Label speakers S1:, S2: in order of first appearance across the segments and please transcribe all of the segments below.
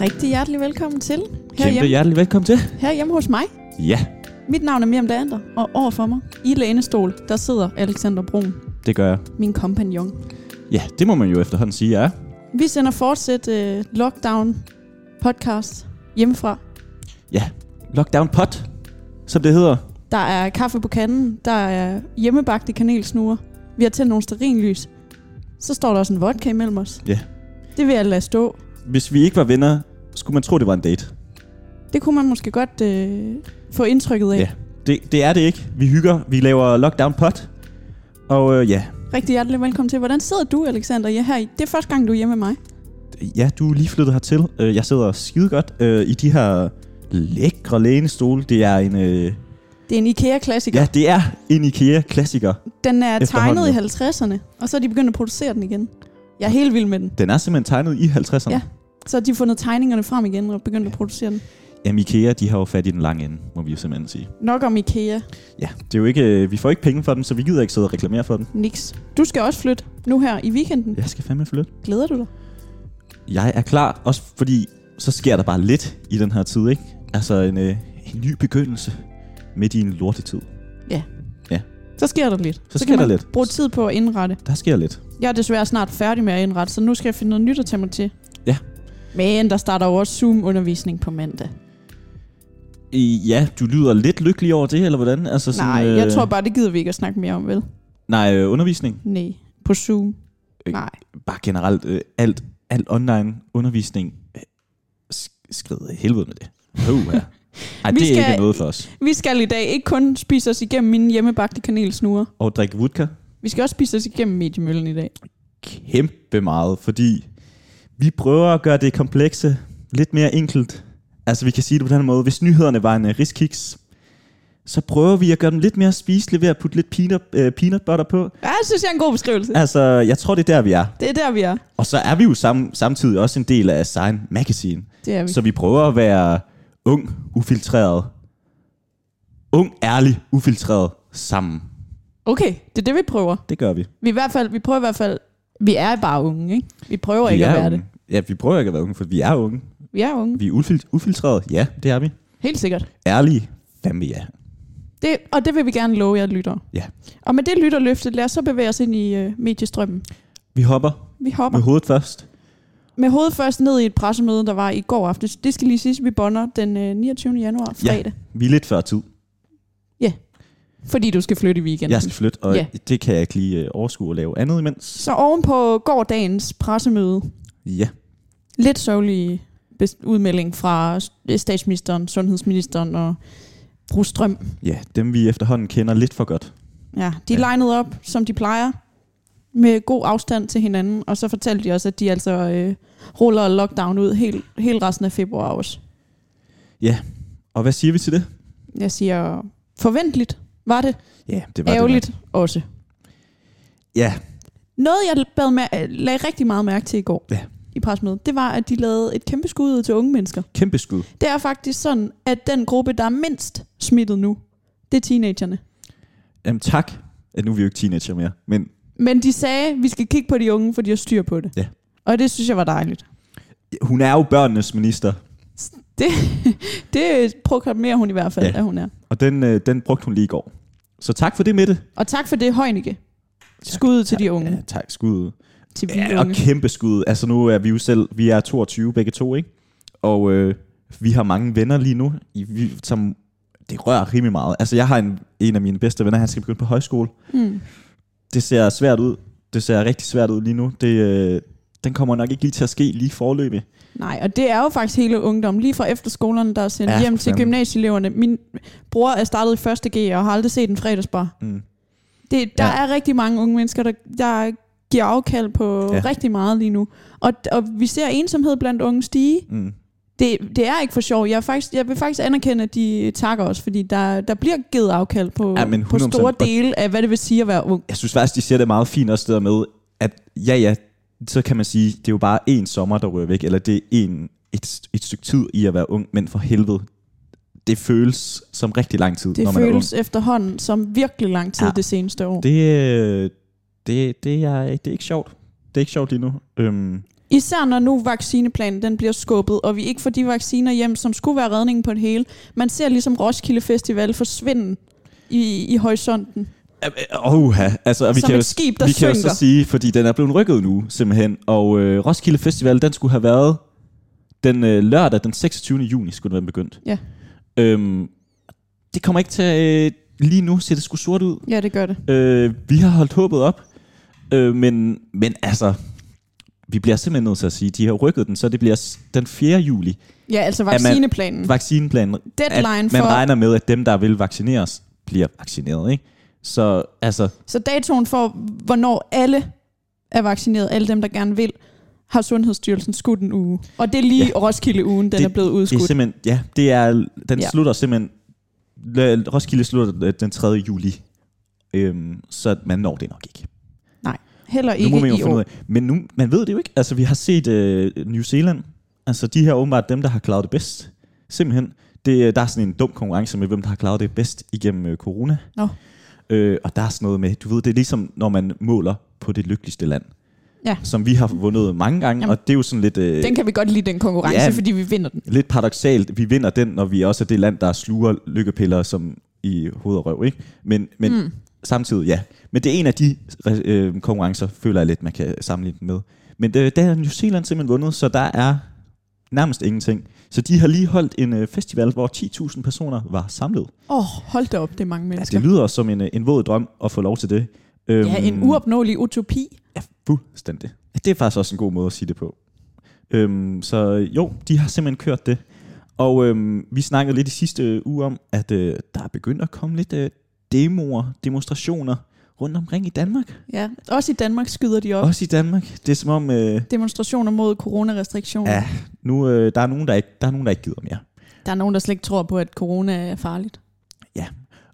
S1: rigtig hjertelig velkommen til her
S2: Kæmpe
S1: hjemme,
S2: hjertelig velkommen til.
S1: her hjemme hos mig.
S2: Ja,
S1: Mit navn er Miriam Dander, og overfor mig i lænestol, der sidder Alexander Brun,
S2: det gør jeg.
S1: min kompagnon.
S2: Ja, det må man jo efterhånden sige, ja.
S1: Vi sender fortsat øh, lockdown podcast hjemmefra.
S2: Lockdown pot, som det hedder.
S1: Der er kaffe på kanden, der er hjemmebagte kanelsnure. Vi har tændt nogle sterinlys. Så står der også en vodka imellem os.
S2: Ja.
S1: Det vil jeg lade stå.
S2: Hvis vi ikke var venner, skulle man tro, det var en date.
S1: Det kunne man måske godt øh, få indtrykket af.
S2: Ja. Det, det er det ikke. Vi hygger, vi laver lockdown pot. Og øh, ja.
S1: Rigtig hjertelig velkommen til. Hvordan sidder du, Alexander? Ja, her i, det er første gang, du er hjemme med mig.
S2: ja, du er lige flyttet hertil. Øh, Jeg sidder skide godt øh, i de her lækre lænestole. Det er en, øh,
S1: Det er en IKEA-klassiker.
S2: ja, det er en IKEA-klassiker.
S1: Den er tegnet i
S2: Efterhånden,
S1: 50'erne, og så er de begyndt at producere den igen. Jeg er helt vild med den.
S2: Den er simpelthen tegnet i 50'erne.
S1: Ja. Så har de fundet tegningerne frem igen og begyndt at producere den.
S2: Jamen, IKEA, de har jo fat i den lange ende, må vi jo simpelthen sige.
S1: Nok om IKEA.
S2: Ja, det er jo ikke, øh, vi får ikke penge for den, så vi gider ikke sidde og reklamere for den.
S1: Nix. Du skal også flytte nu her i weekenden.
S2: Jeg skal fandme flytte.
S1: Glæder du dig?
S2: Jeg er klar, også fordi så sker der bare lidt i den her tid, ikke? Altså en, øh, en ny begyndelse midt i en lortetid.
S1: Så sker der lidt.
S2: Så
S1: så
S2: sker
S1: kan
S2: der
S1: man
S2: lidt.
S1: bruge tid på at indrette.
S2: Der sker lidt.
S1: Jeg er desværre snart færdig med at indrette, så nu skal jeg finde noget nyt at tage mig til.
S2: Ja.
S1: Men der starter jo også Zoom-undervisning på mandag.
S2: I, ja, du lyder lidt lykkelig over det, eller hvordan? Altså sådan,
S1: Nej, jeg tror bare, det gider vi ikke at snakke mere om, vel?
S2: Nej, øh, undervisning.
S1: Nej, på Zoom.
S2: Øh.
S1: Nej.
S2: Bare generelt øh, alt, alt online undervisning. Øh, sk- skrid i helvede med det. Uh, ja. Ej,
S1: Vi
S2: det er
S1: skal-
S2: ikke noget for os.
S1: Vi skal i dag ikke kun spise os igennem mine hjemmebagte kanelsnure.
S2: Og drikke vodka
S1: Vi skal også spise os igennem mediemøllen i dag.
S2: kæmpe meget, fordi vi prøver at gøre det komplekse lidt mere enkelt. Altså vi kan sige det på den her måde, hvis nyhederne var en uh, riskiks, så prøver vi at gøre dem lidt mere spiselige ved at putte lidt peanut, uh, peanut butter på.
S1: Ja, jeg synes, jeg er en god beskrivelse.
S2: Altså, jeg tror, det er der, vi er.
S1: Det er der, vi er.
S2: Og så er vi jo sam- samtidig også en del af Sign Magazine.
S1: Det er vi.
S2: Så vi prøver at være ung, ufiltreret. Ung, ærlig, ufiltreret sammen.
S1: Okay, det er det, vi prøver.
S2: Det gør vi.
S1: Vi, i hvert fald, vi prøver i hvert fald... Vi er bare unge, ikke? Vi prøver ikke at være
S2: unge.
S1: det.
S2: Ja, vi prøver ikke at være unge, for vi er unge.
S1: Vi er unge.
S2: Vi er ufil- ufiltreret. Ja, det er vi.
S1: Helt sikkert.
S2: ærlige, fandme ja.
S1: Det, og det vil vi gerne love jer lytter.
S2: Ja.
S1: Og med det lytterløfte, lad os så bevæge os ind i øh, mediestrømmen.
S2: Vi hopper
S1: Vi hopper.
S2: med hovedet først.
S1: Med hovedet først ned i et pressemøde, der var i går aftes. Det skal lige siges, vi bonder den øh, 29. januar, fredag.
S2: Vi er lidt før tid.
S1: Fordi du skal flytte i weekenden.
S2: Jeg skal flytte, og
S1: Ja.
S2: ja. det kan jeg ikke lige øh, overskue at lave andet imens.
S1: Så ovenpå gårdagens pressemøde,
S2: Ja,
S1: lidt sørgelig bes- udmelding fra s- statsministeren, sundhedsministeren og Brug Strøm.
S2: ja dem vi efterhånden kender lidt for godt.
S1: Ja, de
S2: Ja.
S1: ja. linede op, som de plejer, med god afstand til hinanden, og så fortalte de også, at de altså øh, ruller lockdown ud helt, helt resten af februar også.
S2: Og hvad siger vi til det?
S1: Jeg siger, forventeligt var det,
S2: Ja, det
S1: var ærgerligt det også.
S2: Ja,
S1: Noget, jeg bad med, lagde rigtig meget mærke til i går
S2: Ja.
S1: i pressemødet, det var, at de lavede et kæmpe skud ud til unge mennesker.
S2: kæmpe skud.
S1: Det er faktisk sådan, at den gruppe, der er mindst smittet nu, det er teenagerne.
S2: Jamen tak. Ja, nu er vi jo ikke teenager mere, men
S1: Men de sagde, at vi skal kigge på de unge, for de har styr på det.
S2: Ja.
S1: Og det synes jeg var dejligt.
S2: hun er jo børnenes minister,
S1: Det proklamerer hun i hvert fald, ja.
S2: Ja.
S1: at hun er.
S2: og den, øh, den brugte hun lige i går. Så tak for det, Mette.
S1: Og tak for det, Højnike. Skud til de unge.
S2: Ja, tak. Skud.
S1: Til vi
S2: Ja, og
S1: unge.
S2: kæmpe skud. Altså nu er vi jo selv, vi er 22 begge to, ikke? Og øh, vi har mange venner lige nu, i, vi, som det rører rimelig meget. Altså jeg har en, en af mine bedste venner, han skal begynde på højskole.
S1: Mm.
S2: Det ser svært ud. Det ser rigtig svært ud lige nu. Det, øh, den kommer nok ikke lige til at ske lige forløbig.
S1: Nej, og det er jo faktisk hele ungdommen. Lige fra efterskolerne, der er sendt ja,
S2: Ja,
S1: hjem
S2: for
S1: til
S2: fanden.
S1: gymnasieeleverne. Min bror er startet i 1. G og har aldrig set en fredagsbar.
S2: Mm.
S1: Det, der ja.
S2: Ja.
S1: er rigtig mange unge mennesker, der, der giver afkald på ja.
S2: Ja.
S1: rigtig meget lige nu. Og, og vi ser ensomhed blandt unge stige.
S2: Mm.
S1: Det, det er ikke for sjov. Jeg, er faktisk, jeg vil faktisk anerkende, at de takker os, fordi der, der bliver givet afkald på,
S2: Ja, men
S1: på
S2: 100%.
S1: store
S2: Og-
S1: dele af, hvad det vil sige at være ung.
S2: Jeg synes faktisk, de ser det meget fint også det der med, at ja ja, så kan man sige, det er jo bare en sommer, der rører væk, eller det er en, et, et stykke tid i at være ung, men for helvede, det føles som rigtig lang tid, når
S1: Det
S2: man er ung.
S1: føles efterhånden som virkelig lang tid ja.
S2: Ja.
S1: det seneste år. Det.
S2: Det, øh, det, det, er, det er ikke sjovt. Det er ikke sjovt lige nu. Øhm,
S1: Især når nu vaccineplanen den bliver skubbet, og vi ikke får de vacciner hjem, som skulle være redningen på det hele. Man ser ligesom Roskilde Festival forsvinde i, i horisonten.
S2: Åh, altså, og vi
S1: Som
S2: kan,
S1: et
S2: jo,
S1: skib, der
S2: vi kan jo
S1: synker.
S2: så sige, fordi den er blevet rykket nu, simpelthen. Og øh, Roskilde Festival, den skulle have været den øh, lørdag, den 26. juni, skulle den være begyndt.
S1: Ja.
S2: Øhm, det kommer ikke til... Øh, lige nu ser det sgu sort ud.
S1: Ja, det gør det.
S2: Øh, vi har holdt håbet op, øh, men, men altså, vi bliver simpelthen nødt til at sige, de har rykket den, så det bliver s- den 4. juli,
S1: Ja, altså
S2: man-
S1: vaccineplanen.
S2: vaccineplanen.
S1: Deadline
S2: at man
S1: for-
S2: regner med, at dem, der vil vaccineres, bliver vaccineret, ikke? Så altså,
S1: Så datoen for, hvornår alle er vaccineret, alle dem, der gerne vil, har Sundhedsstyrelsen skudt en uge. Og det er lige ja. Roskilde-ugen, den det, er blevet
S2: Det er
S1: udskudt. Det
S2: simpelthen, ja, det er, den ja.
S1: Ja.
S2: slutter simpelthen, l- Roskilde slutter øh, den 3. juli, øhm, så man når det nok ikke.
S1: Nej, heller
S2: nu
S1: ikke
S2: må man jo
S1: i
S2: finde ud
S1: år.
S2: af, men nu, man ved det jo ikke. Altså, vi har set øh, New Zealand, altså de her er åbenbart dem, der har klaret det bedst, simpelthen. Det, øh, der er sådan en dum konkurrence med, hvem der har klaret det bedst igennem øh, corona.
S1: Nå.
S2: Øh, og der er sådan noget med, du ved, det er ligesom, når man måler på det lykkeligste land.
S1: Ja.
S2: Som vi har vundet mange gange, Jamen.
S1: Jamen.
S2: og det er jo sådan lidt... Øh,
S1: Den kan vi godt lide, den konkurrence,
S2: Ja.
S1: ja. fordi vi vinder den.
S2: lidt paradoxalt, vi vinder den, når vi også er det land, der sluger lykkepiller som i hoved og røv, ikke? Men, men mm. samtidig, ja. Men det er en af de øh, konkurrencer, føler jeg lidt, man kan sammenligne den med. Men det, der er New Zealand simpelthen vundet, så der er nærmest ingenting. Så de har lige holdt en øh, festival, hvor 10.000 personer var samlet.
S1: Åh, oh, hold da op, det er mange
S2: Altså,
S1: mennesker.
S2: det lyder som en, øh, en våd drøm at få lov til det. Øhm,
S1: Ja, en uopnåelig utopi.
S2: Ja, fuldstændig. Det er faktisk også en god måde at sige det på. Øhm, så jo, de har simpelthen kørt det. Og øhm, vi snakkede lidt i sidste uge om, at øh, der er begyndt at komme lidt øh, demoer, demonstrationer rundt omkring i Danmark.
S1: Ja, også i Danmark skyder de op.
S2: Også i Danmark. Det er som om, øh,
S1: Demonstrationer mod coronarestriktioner.
S2: ja, nu, øh, der, er nogen, der, ikke, der er nogen, der ikke gider mere.
S1: Der er nogen, der slet ikke tror på, at corona er farligt.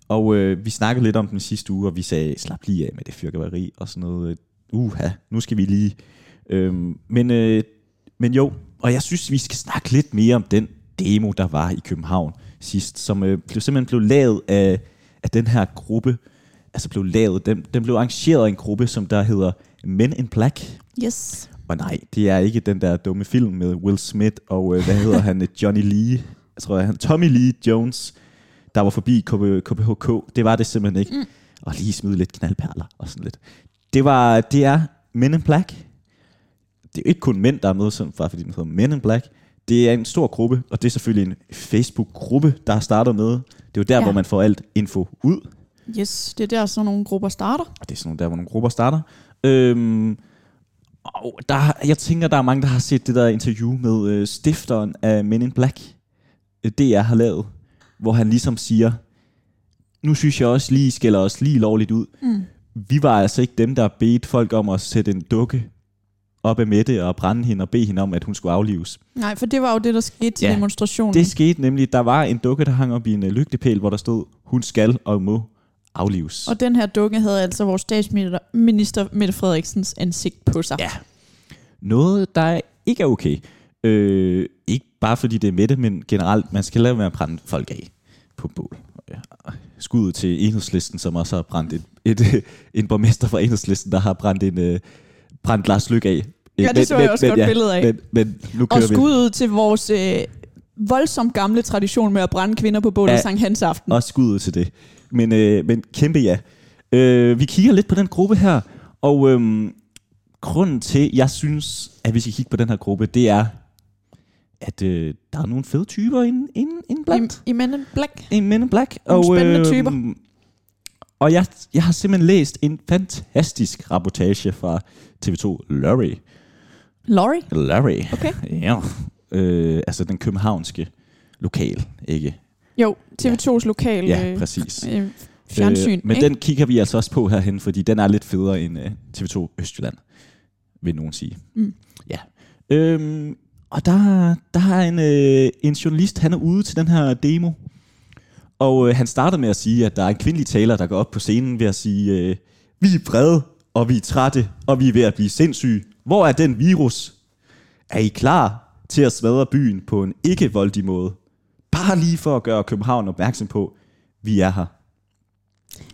S2: Og øh, vi snakkede lidt om den sidste uge, og vi sagde, slap lige af med det fyrkeri og sådan noget. øh. Uha, nu skal vi lige. Øhm, men, øh, men jo, og jeg synes, vi skal snakke lidt mere om den demo, der var i København sidst, som øh, blev, simpelthen blev lavet af, af den her gruppe. Altså blev lavet, den, den blev arrangeret af en gruppe, som der hedder Men in Black.
S1: Yes.
S2: Og nej, det er ikke den der dumme film med Will Smith og, øh, hvad hedder han, Johnny Lee, jeg tror, han Tommy Lee Jones, der var forbi KB, KBHK. Det var det simpelthen ikke. Mm. Og lige smide lidt knaldperler og sådan lidt. Det, var, det er Men in Black. Det er jo ikke kun mænd, der er med, sådan, bare fordi den hedder Men in Black. Det er en stor gruppe, og det er selvfølgelig en Facebook-gruppe, der har startet med. Det er jo der, ja.
S1: Ja.
S2: hvor man får alt info ud.
S1: Yes, det er der sådan nogle grupper starter.
S2: Og det er sådan nogle der, hvor nogle grupper starter. Øhm, og der, jeg tænker, der er mange, der har set det der interview med øh, stifteren af Men in Black. Øh, DR har lavet, hvor han ligesom siger, nu synes jeg også lige, I skælder os lige lovligt ud.
S1: Mm.
S2: Vi var altså ikke dem, der bedte folk om at sætte en dukke op af Mette og brænde hende og bede hende om, at hun skulle aflives.
S1: Nej, for det var jo det, der skete til
S2: Ja.
S1: ja. demonstrationen.
S2: Det skete nemlig, der var en dukke, der hang op i en øh, lygtepæl, hvor der stod, hun skal og må aflives.
S1: Og den her dukke havde altså vores statsminister minister Mette Frederiksens ansigt på sig.
S2: Ja. noget, der ikke er okay. Øh, ikke bare fordi det er med det, men generelt, man skal lade være med at brænde folk af på bål. Ja. Skud til enhedslisten, som også har brændt et, et, øh, en borgmester fra enhedslisten, der har brændt, en, øh, brændt Lars Lykke af.
S1: Ja, det så jeg også godt billede af.
S2: Men, men nu kører
S1: og
S2: vi.
S1: skud ud til vores øh, voldsomt gamle tradition med at brænde kvinder på bålet
S2: Ja.
S1: ja. Sankt Hans Aften.
S2: Også skud ud til det. Men, øh, men kæmpe ja. Øh, vi kigger lidt på den gruppe her, og øhm, grunden til, jeg synes, at vi skal kigge på den her gruppe, det er, at øh, der er nogle fede typer inden, inden, inden blandt.
S1: I, I Men in Black.
S2: I Men in Black.
S1: Nogle spændende
S2: øhm,
S1: typer.
S2: Og jeg, jeg har simpelthen læst en fantastisk rapportage fra TV2 Lorry.
S1: Laurie?
S2: Larry.
S1: Okay.
S2: Ja. Øh, altså den københavnske lokal, ikke?
S1: Jo, TV2's lokale
S2: Ja,
S1: øh,
S2: præcis.
S1: øh, fjernsyn.
S2: Øh, men
S1: ikke?
S2: den kigger vi altså også på herhen, fordi den er lidt federe end øh, TV2 Østjylland, vil nogen sige.
S1: Mm.
S2: Ja. Øhm, og der, der er en, øh, en journalist, han er ude til den her demo, og øh, han startede med at sige, at der er en kvindelig taler, der går op på scenen ved at sige, øh, vi er vrede, og vi er trætte, og vi er ved at blive sindssyge. Hvor er den virus? Er I klar til at smadre byen på en ikke-voldig måde? Bare lige for at gøre København opmærksom på, vi er her.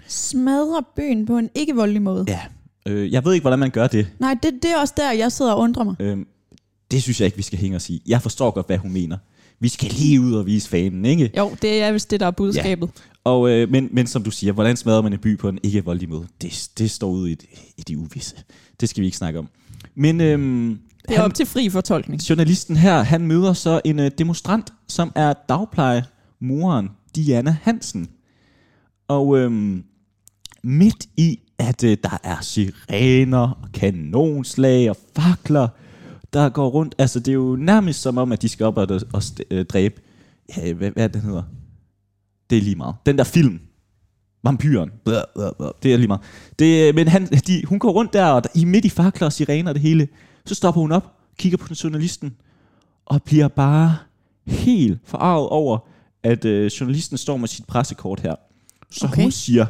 S1: Smadrer byen på en ikke-voldelig måde. Ja.
S2: Ja. Øh, jeg ved ikke, hvordan man gør det.
S1: Nej, det, det er også der, jeg sidder og undrer mig.
S2: Øhm, det synes jeg ikke, vi skal hænge os i. Jeg forstår godt, hvad hun mener. Vi skal lige ud og vise fanen, ikke?
S1: Jo, det er vist det, der er budskabet. Ja.
S2: Og, øh, men, men som du siger, hvordan smadrer man en by på en ikke-voldelig måde? Det, det står ude i, i det uvisse. Det skal vi ikke snakke om. Men øhm,
S1: Det er
S2: han,
S1: op til fri fortolkning.
S2: journalisten her, han møder så en øh, demonstrant, som er dagplejemoren Diana Hansen. Og øhm, midt i, at øh, der er sirener, og kanonslag og fakler, der går rundt. Altså, det er jo nærmest som om, at de skal op og, og st- øh, dræbe... Ja, hvad, hvad er det, den hedder? Det er lige meget. Den der film. Vampyren. Blah, blah, blah. Det er lige meget. Det, øh, men han, de, hun går rundt der, og der, i midt i fakler og sirener og det hele. Så stopper hun op, kigger på den journalisten, og bliver bare helt forarvet over, at øh, journalisten står med sit pressekort her. Så okay.
S1: Okay.
S2: hun siger,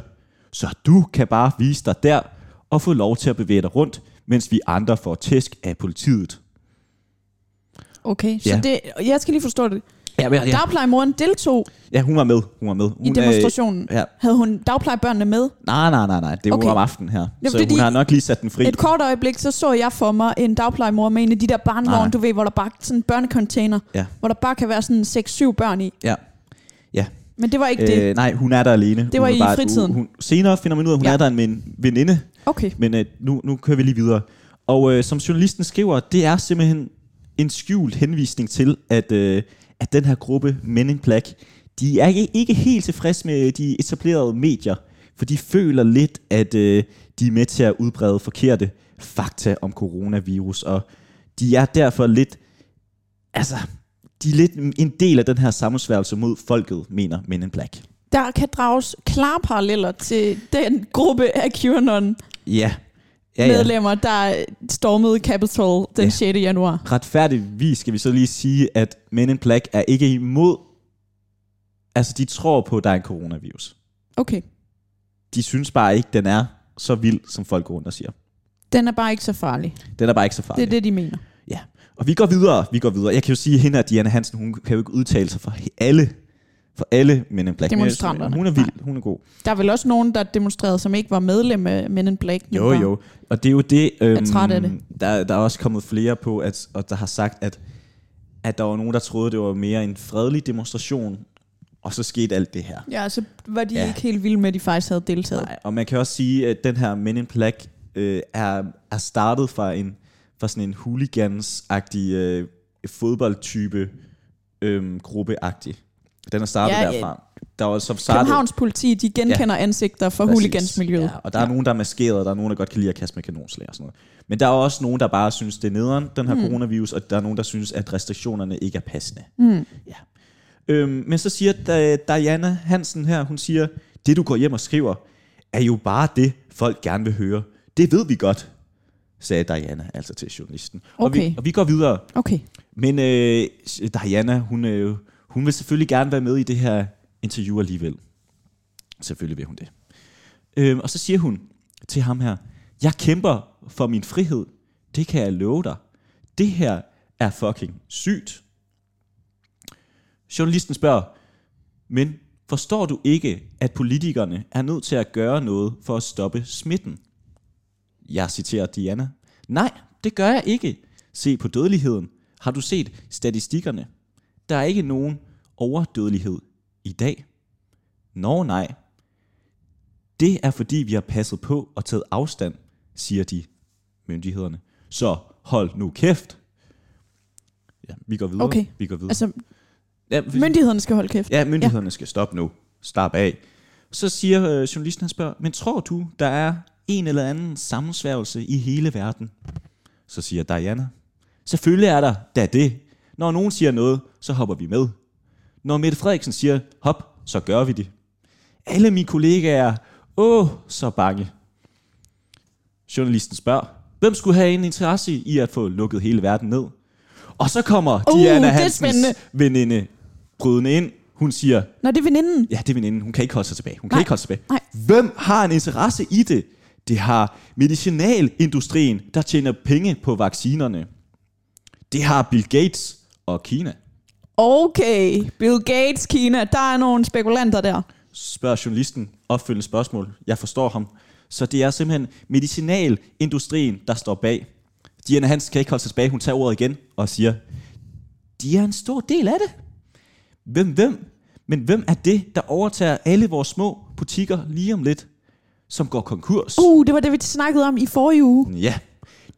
S2: så du kan bare vise dig der, og få lov til at bevæge dig rundt, mens vi andre får tæsk af politiet.
S1: Okay, så
S2: Ja.
S1: ja. det, jeg skal lige forstå det.
S2: Ja, men,
S1: Ja. Dagplejemoren deltog
S2: ja, hun var med. Hun var med. Hun,
S1: i
S2: øh,
S1: demonstrationen.
S2: ja.
S1: Havde hun dagplejebørnene med?
S2: Nej, nej, nej, nej. Det er okay.
S1: Okay.
S2: jo om aftenen her.
S1: Jamen,
S2: så
S1: fordi-
S2: hun har nok lige sat den fri.
S1: Et kort øjeblik, så så jeg for mig en dagplejemor med en af de der
S2: Nej.
S1: barnvogne, du ved, hvor der bare sådan en børnecontainer,
S2: Ja.
S1: hvor der bare kan være sådan 6-7 børn i.
S2: Ja. Ja.
S1: Men det var ikke øh, det.
S2: Øh, nej, hun er der alene.
S1: Det var
S2: hun er
S1: i fritiden.
S2: Hun, hun, senere finder man ud af, at hun ja.
S1: Ja.
S2: er der med en veninde,
S1: Okay.
S2: men øh, nu, nu kører vi lige videre. Og øh, som journalisten skriver, det er simpelthen en skjult henvisning til, at, øh, at den her gruppe Men in Black, de er ikke, ikke helt tilfredse med de etablerede medier, for de føler lidt, at øh, de er med til at udbrede forkerte fakta om coronavirus, og de er derfor lidt, altså, de er lidt en del af den her sammensværgelse mod folket, mener Men in Black.
S1: Der kan drages klare paralleller til den gruppe af QAnon-medlemmer,
S2: Ja. ja, ja.
S1: der stormede Capitol den
S2: Ja.
S1: ja. 6. januar.
S2: retfærdigvis skal vi så lige sige, at Men in Black er ikke imod... Altså, de tror på, at der er en coronavirus.
S1: Okay.
S2: De synes bare ikke, den er så vild, som folk går rundt og siger.
S1: Den er bare ikke så farlig.
S2: Den er bare ikke så
S1: Det
S2: farlig.
S1: er det, de mener.
S2: Ja. Og vi går videre, vi går videre. Jeg kan jo sige, at hende og Diana Hansen, hun kan jo ikke udtale sig for he- alle, for alle Men in Black. Men jeg synes,
S1: Demonstranterne.
S2: Hun er vild, hun er god.
S1: Der er vel også nogen, der demonstrerede, som ikke var medlem af Men in Black. men
S2: Jo,
S1: var-
S2: jo. Og det er jo det... Øhm,
S1: træt af det.
S2: Der, der er også kommet flere på, at, og der har sagt, at, at der var nogen, der troede, det var mere en fredelig demonstration, og så skete alt det her.
S1: Ja, så var de
S2: Ja.
S1: ja. ikke helt vilde med, at de faktisk havde deltaget.
S2: Nej, og man kan også sige, at den her Men in Black øh, er, er startet fra, en, fra sådan en hooligans-agtig øh, fodboldtype øh, gruppeagtig. Den er startet ja,
S1: Ja,
S2: derfra. Der var så startet,
S1: Københavns politi, de genkender ja. ansigter fra
S2: Præcis.
S1: huligansmiljøet.
S2: Ja, og der er ja. nogen, der er maskeret, og der er nogen, der godt kan lide at kaste med kanonslag og sådan noget. Men der er også nogen, der bare synes, det er nederen, den her mm. coronavirus, og der er nogen, der synes, at restriktionerne ikke er passende. Mm. Ja. Øhm, men så siger da, Diana Hansen her, hun siger, det du går hjem og skriver, er jo bare det, folk gerne vil høre. Det ved vi godt, sagde Diana altså til journalisten. Og, vi,
S1: Okay.
S2: og vi går videre.
S1: Okay.
S2: Men øh, Diana, hun, øh, hun vil selvfølgelig gerne være med i det her interview alligevel. Selvfølgelig vil hun det. Øh, og så siger hun til ham her, jeg kæmper for min frihed. Det kan jeg love dig. Det her er fucking sygt. Journalisten spørger, men forstår du ikke, at politikerne er nødt til at gøre noget for at stoppe smitten? Jeg citerer Diana. Nej, det gør jeg ikke. Se på dødeligheden. Har du set statistikkerne? Der er ikke nogen overdødelighed i dag. Nå nej. Det er fordi, vi har passet på og taget afstand, siger de myndighederne. Så hold nu kæft. Ja, vi går videre.
S1: Okay.
S2: Vi går videre.
S1: Altså,
S2: ja, vi-
S1: myndighederne skal holde kæft.
S2: Ja, myndighederne ja. skal stoppe nu. Slap af. Så siger øh, journalisten, han spørger, men tror du, der er en eller anden sammensværgelse i hele verden? Så siger Diana, selvfølgelig er der da det. Når nogen siger noget, så hopper vi med. Når Mette Frederiksen siger, hop, så gør vi det. Alle mine kollegaer er, åh, så bange. Journalisten spørger, hvem skulle have en interesse i at få lukket hele verden ned? Og så kommer
S1: Uh, det
S2: Diana
S1: er
S2: Hansens
S1: spændende.
S2: veninde brydende ind. Hun siger,
S1: Nå, det er veninden.
S2: ja, det er veninden. Hun kan ikke holde sig tilbage. Hun kan
S1: Nej.
S2: ikke holde sig tilbage.
S1: Nej.
S2: Hvem har en interesse i det? Det har medicinalindustrien, der tjener penge på vaccinerne. Det har Bill Gates og Kina.
S1: Okay, Bill Gates, Kina, der er nogle spekulanter der.
S2: spørger journalisten opfølgende spørgsmål. Jeg forstår ham. Så det er simpelthen medicinalindustrien, der står bag. Diana Hansen kan ikke holde sig tilbage. Hun tager ordet igen og siger, de er en stor del af det. Hvem, hvem? Men hvem er det, der overtager alle vores små butikker lige om lidt, som går konkurs?
S1: Uh, det var det, vi snakkede om i forrige uge.
S2: Ja,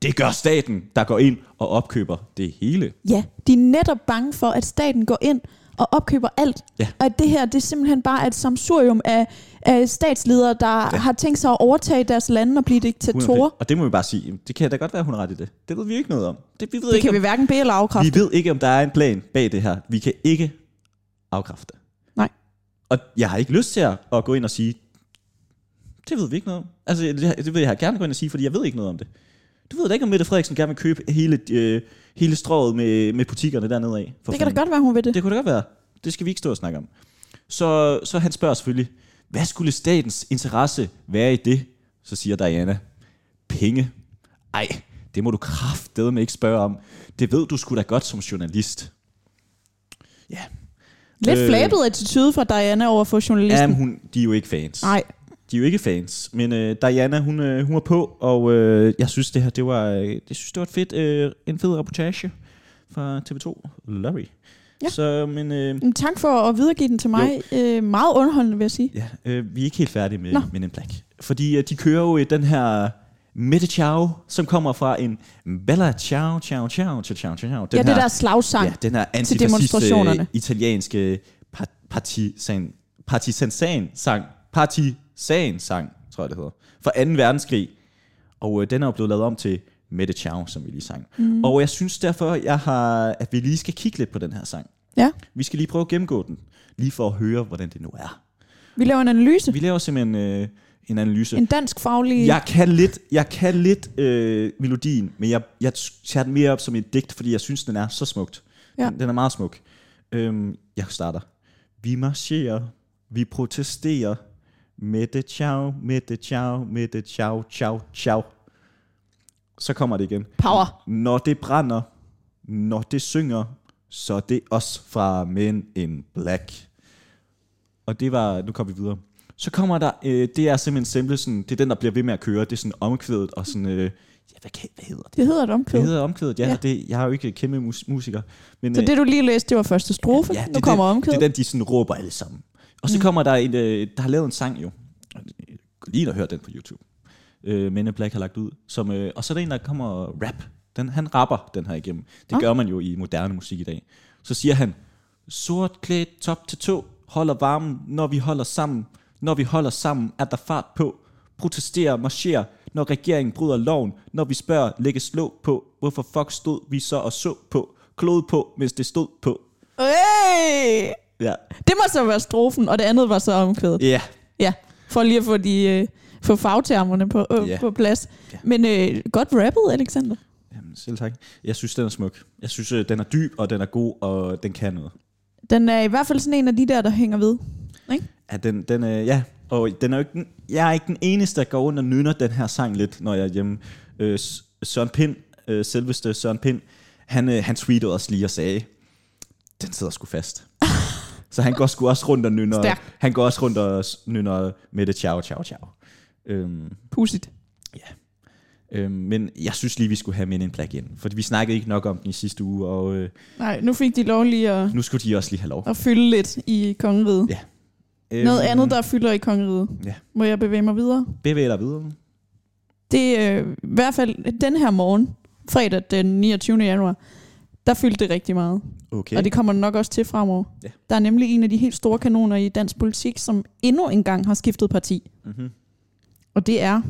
S2: det gør staten, der går ind og opkøber det hele.
S1: Ja, de er netop bange for, at staten går ind og opkøber alt.
S2: Ja.
S1: Og at det her, det er simpelthen bare et samsurium af, af statsledere, der ja. har tænkt sig at overtage deres lande og blive diktatorer.
S2: Og det må vi bare sige, jamen, det kan da godt være, hun har ret i det. Det ved vi ikke noget om. Det, vi ved
S1: Det
S2: ikke,
S1: kan
S2: om,
S1: vi hverken bede eller afkræfte.
S2: vi ved ikke, om der er en plan bag det her. Vi kan ikke afkræfte.
S1: Nej.
S2: Og jeg har ikke lyst til at, at gå ind og sige, det ved vi ikke noget om. Altså, det, det vil jeg gerne gå ind og sige, fordi jeg ved ikke noget om det. Du ved da ikke, om Mette Frederiksen gerne vil købe hele, øh, hele strået med, med butikkerne dernede af.
S1: Det kan da godt være, hun ved det.
S2: Det kunne det godt være. Det skal vi ikke stå og snakke om. Så, så han spørger selvfølgelig, hvad skulle statens interesse være i det? Så siger Diana, penge. Ej, det må du kraftedeme ikke spørge om. Det ved du sgu da godt som journalist. Ja.
S1: Lidt
S2: Øh.
S1: flabet attitude fra Diana over for journalisten.
S2: Jamen, hun, de er jo ikke fans.
S1: Nej,
S2: De er jo ikke fans. Men øh, Diana, hun, øh, hun er på, og øh, jeg synes, det her det var, øh, jeg synes, det var et fedt, øh, en fed reportage fra TV2 Lorry.
S1: Ja.
S2: Så, men, øh,
S1: Men tak for at videregive den til mig. Øh, meget underholdende, vil jeg sige.
S2: Ja, øh, vi er ikke helt færdige med
S1: Nå.
S2: Men in Black. Fordi øh, de kører jo øh, den her Mette Chow, som kommer fra en Bella Ciao, Ciao, Ciao, Ciao, Ciao, Ciao. Den
S1: ja, det
S2: her,
S1: der slagsang.
S2: ja, den her antifascist øh,
S1: demonstrationerne.
S2: italienske par- partisan, partisansan sang. Partisan sang, tror jeg det hedder. Fra 2. verdenskrig. Og øh, den er jo blevet lavet om til Mette Chow, som vi lige sang. Mm. Og jeg synes derfor, jeg har, at vi lige skal kigge lidt på den her sang.
S1: Ja.
S2: Vi skal lige prøve at gennemgå den. Lige for at høre, hvordan det nu er.
S1: Vi laver en analyse.
S2: Vi laver simpelthen øh, en analyse.
S1: En dansk faglig...
S2: Jeg kan lidt, jeg kan lidt øh, melodien, men jeg, jeg tager den mere op som et digt, fordi jeg synes, den er så smukt.
S1: Ja.
S2: Den, den er meget smuk. Øhm, jeg starter. Vi marcherer, vi protesterer, med det ciao, med det ciao, med det ciao, ciao, ciao. Så kommer det igen.
S1: Power.
S2: Når det brænder, når det synger, så er det os fra Men in Black. Og det var, nu kommer vi videre. Så kommer der, øh, det er simpelthen simpelsen, det er den, der bliver ved med at køre, det er sådan omkvædet og sådan, øh, ja, hvad, kan, hvad hedder det?
S1: Det hedder et omkvæd.
S2: Det hedder omkvædet, ja,
S1: Ja.
S2: ja. Det, jeg er jo ikke kæmpe mus- musiker. Men, øh,
S1: Så det, du lige læste, det var første strofe.
S2: Ja, det
S1: nu
S2: er
S1: kommer Mm.
S2: den,
S1: omkvædet.
S2: Det er den, de sådan råber alle sammen. Og så kommer der en, øh, der har lavet en sang jo. Jeg går lige ind og hør den på YouTube. Øh, Men in Black har lagt ud. Som, øh, og så er der en, der kommer og rap. Den, han rapper den her igennem. Det
S1: Ah.
S2: gør man jo i moderne musik i dag. Så siger han, sort klædt top til tå, holder varmen, når vi holder sammen. Når vi holder sammen, er der fart på. Protesterer, marcherer, når regeringen bryder loven. Når vi spørger, lægges låg på. Hvorfor fuck stod vi så og så på? Klod på, mens det stod på.
S1: Øj!
S2: Ja,
S1: Det må så være strofen, og det andet var så omkvædet.
S2: Ja,
S1: Ja, for lige at få, de, øh, få fagtermerne på, øh,
S2: Ja.
S1: på plads.
S2: Ja.
S1: Men øh, godt rappet, Alexander.
S2: Jamen, selv tak. Jeg synes, den er smuk. Jeg synes, øh, den er dyb, og den er god, og den kan noget.
S1: Den er i hvert fald sådan en af de der, der hænger ved.
S2: Ja, den, den, øh, ja. Og den er jo ikke den, jeg er ikke den eneste, der går rundt og nynner den her sang lidt, når jeg er hjemme. Øh, S- Søren Pind, øh, selveste Søren Pind, han, øh, han tweetede også lige og sagde, den sidder sgu fast. Så han går sgu også rundt og nynner.
S1: Stærk.
S2: Han går også rundt og s- nynner med det ciao, ciao, ciao. Øhm,
S1: Pudsigt.
S2: øhm, men jeg synes lige, vi skulle have Men in Black ind. For vi snakkede ikke nok om den i sidste uge, og øh,
S1: Nej, nu fik de lov lige at,
S2: nu skulle de også lige have lov.
S1: at fylde lidt i kongeriget.
S2: Øhm,
S1: Noget andet, der fylder i kongeriget.
S2: Ja.
S1: Må jeg bevæge mig videre?
S2: Bevæg dig videre.
S1: Det er øh, i hvert fald den her morgen, fredag den 29. januar, der fyldte det rigtig meget.
S2: Okay.
S1: Okay. Og det kommer det nok også til fremover.
S2: Ja.
S1: Der er nemlig en af de helt store kanoner i dansk politik, som endnu engang har skiftet parti.
S2: mm-hmm.
S1: Og det er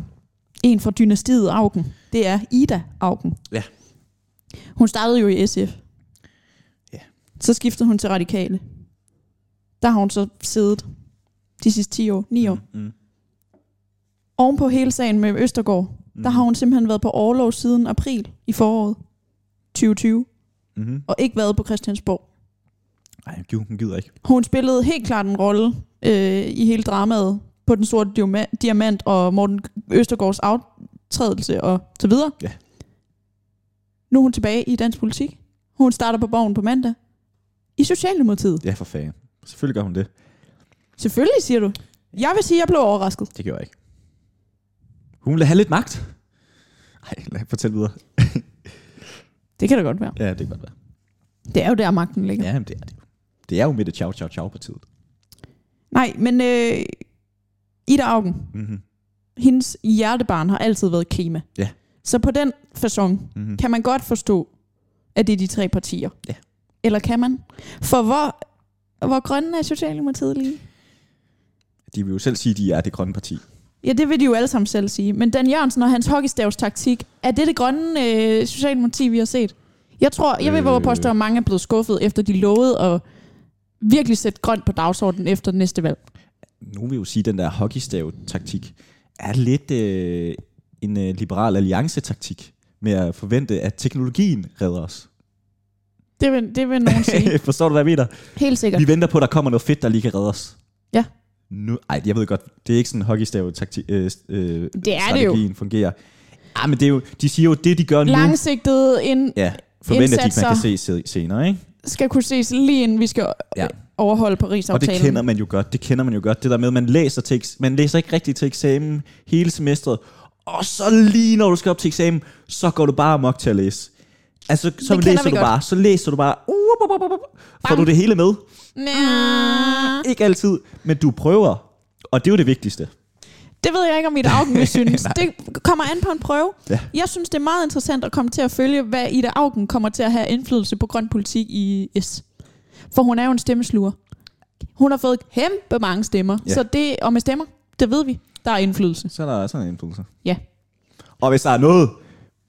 S1: en fra dynastiet Augen. Det er Ida Augen.
S2: Ja.
S1: Hun startede jo i SF.
S2: Ja.
S1: Så skiftede hun til Radikale. Der har hun så siddet de sidste 10 år, 9 år. Mm.
S2: Mm-hmm.
S1: Oven på hele sagen med Østergaard, der
S2: Mhm.
S1: har hun simpelthen været på overlov siden april i foråret 2020,
S2: Mm-hmm.
S1: og ikke været på Christiansborg.
S2: Ej, Gud, hun gider ikke.
S1: Hun spillede helt klart en rolle øh, i hele dramaet på Den Sorte Dioma- Diamant og Morten Østergaards aftrædelse og så videre.
S2: Ja.
S1: Nu er hun tilbage i dansk politik. Hun starter på borgen på mandag. I Socialdemokratiet.
S2: Ja, for fanden. Selvfølgelig gør hun det.
S1: Selvfølgelig, siger du. Jeg vil sige, at jeg blev overrasket.
S2: Det gør jeg ikke. Hun vil have lidt magt. Ej, lad fortælle videre.
S1: Det kan da godt være.
S2: Ja, det kan godt være.
S1: Det er jo der, magten ligger.
S2: Ja, jamen, det er det jo. Det er jo med det ciao, ciao, ciao partiet.
S1: Nej, men øh, Ida Augen,
S2: Mm-hmm.
S1: hendes hjertebarn har altid været klima.
S2: Ja.
S1: Så på den façon
S2: Mm-hmm.
S1: kan man godt forstå, at det er de tre partier.
S2: Ja.
S1: Eller kan man? For hvor, hvor grønne er Socialdemokratiet lige?
S2: De vil jo selv sige, at de er det grønne parti.
S1: Ja, det vil de jo alle sammen selv sige. Men Dan Jørgensen og hans hockeystavstaktik, er det det grønne øh, Socialdemokrati, vi har set? Jeg tror,
S2: Øh.
S1: jeg vil våge at påstå, at mange er blevet skuffet, efter de lovede at virkelig sætte grønt på dagsordenen efter næste valg.
S2: Nu vil jeg jo sige, at den der hockeystav-taktik er lidt øh, en øh, liberal alliance-taktik med at forvente, at teknologien redder os.
S1: Det vil, det vil nogen sige.
S2: Forstår du, hvad jeg mener?
S1: Helt sikkert.
S2: Vi venter på, at der kommer noget fedt, der lige kan redde os.
S1: Ja.
S2: Nu, ej, jeg ved godt, det er ikke sådan hockeystav-taktik, øh, øh,
S1: Det er det jo.
S2: strategien fungerer. Ah, men det er jo, de siger jo, det de gør nu,
S1: Langsigtet ind
S2: ja, forventer de, man
S1: indsatser.
S2: kan se se senere, ikke?
S1: skal kunne ses lige inden vi skal
S2: Ja.
S1: ja. overholde
S2: Og
S1: Paris-aftalen.
S2: det kender man jo godt, det kender man jo godt, det der med, at man læser, til, eks- man læser ikke rigtigt til eksamen hele semesteret, og så lige når du skal op til eksamen, så går du bare amok til at læse. Altså, så
S1: Det kender
S2: læser
S1: vi
S2: du
S1: godt.
S2: bare, så læser du bare, uh, bup, bup, bup, bup. får
S1: Bam.
S2: du det hele med?
S1: Næh.
S2: Ikke altid, men du prøver, og det er jo det vigtigste.
S1: Det ved jeg ikke, om mit Augen vil synes. det kommer an på en prøve.
S2: Ja.
S1: Jeg synes, det er meget interessant at komme til at følge, hvad Ida Augen kommer til at have indflydelse på grøn politik i S. For hun er jo en stemmesluger. Hun har fået kæmpe mange stemmer.
S2: Ja.
S1: Ja. Så det, og med stemmer, det ved vi, der er indflydelse.
S2: Så er der sådan en indflydelse.
S1: Ja.
S2: Og hvis der er noget,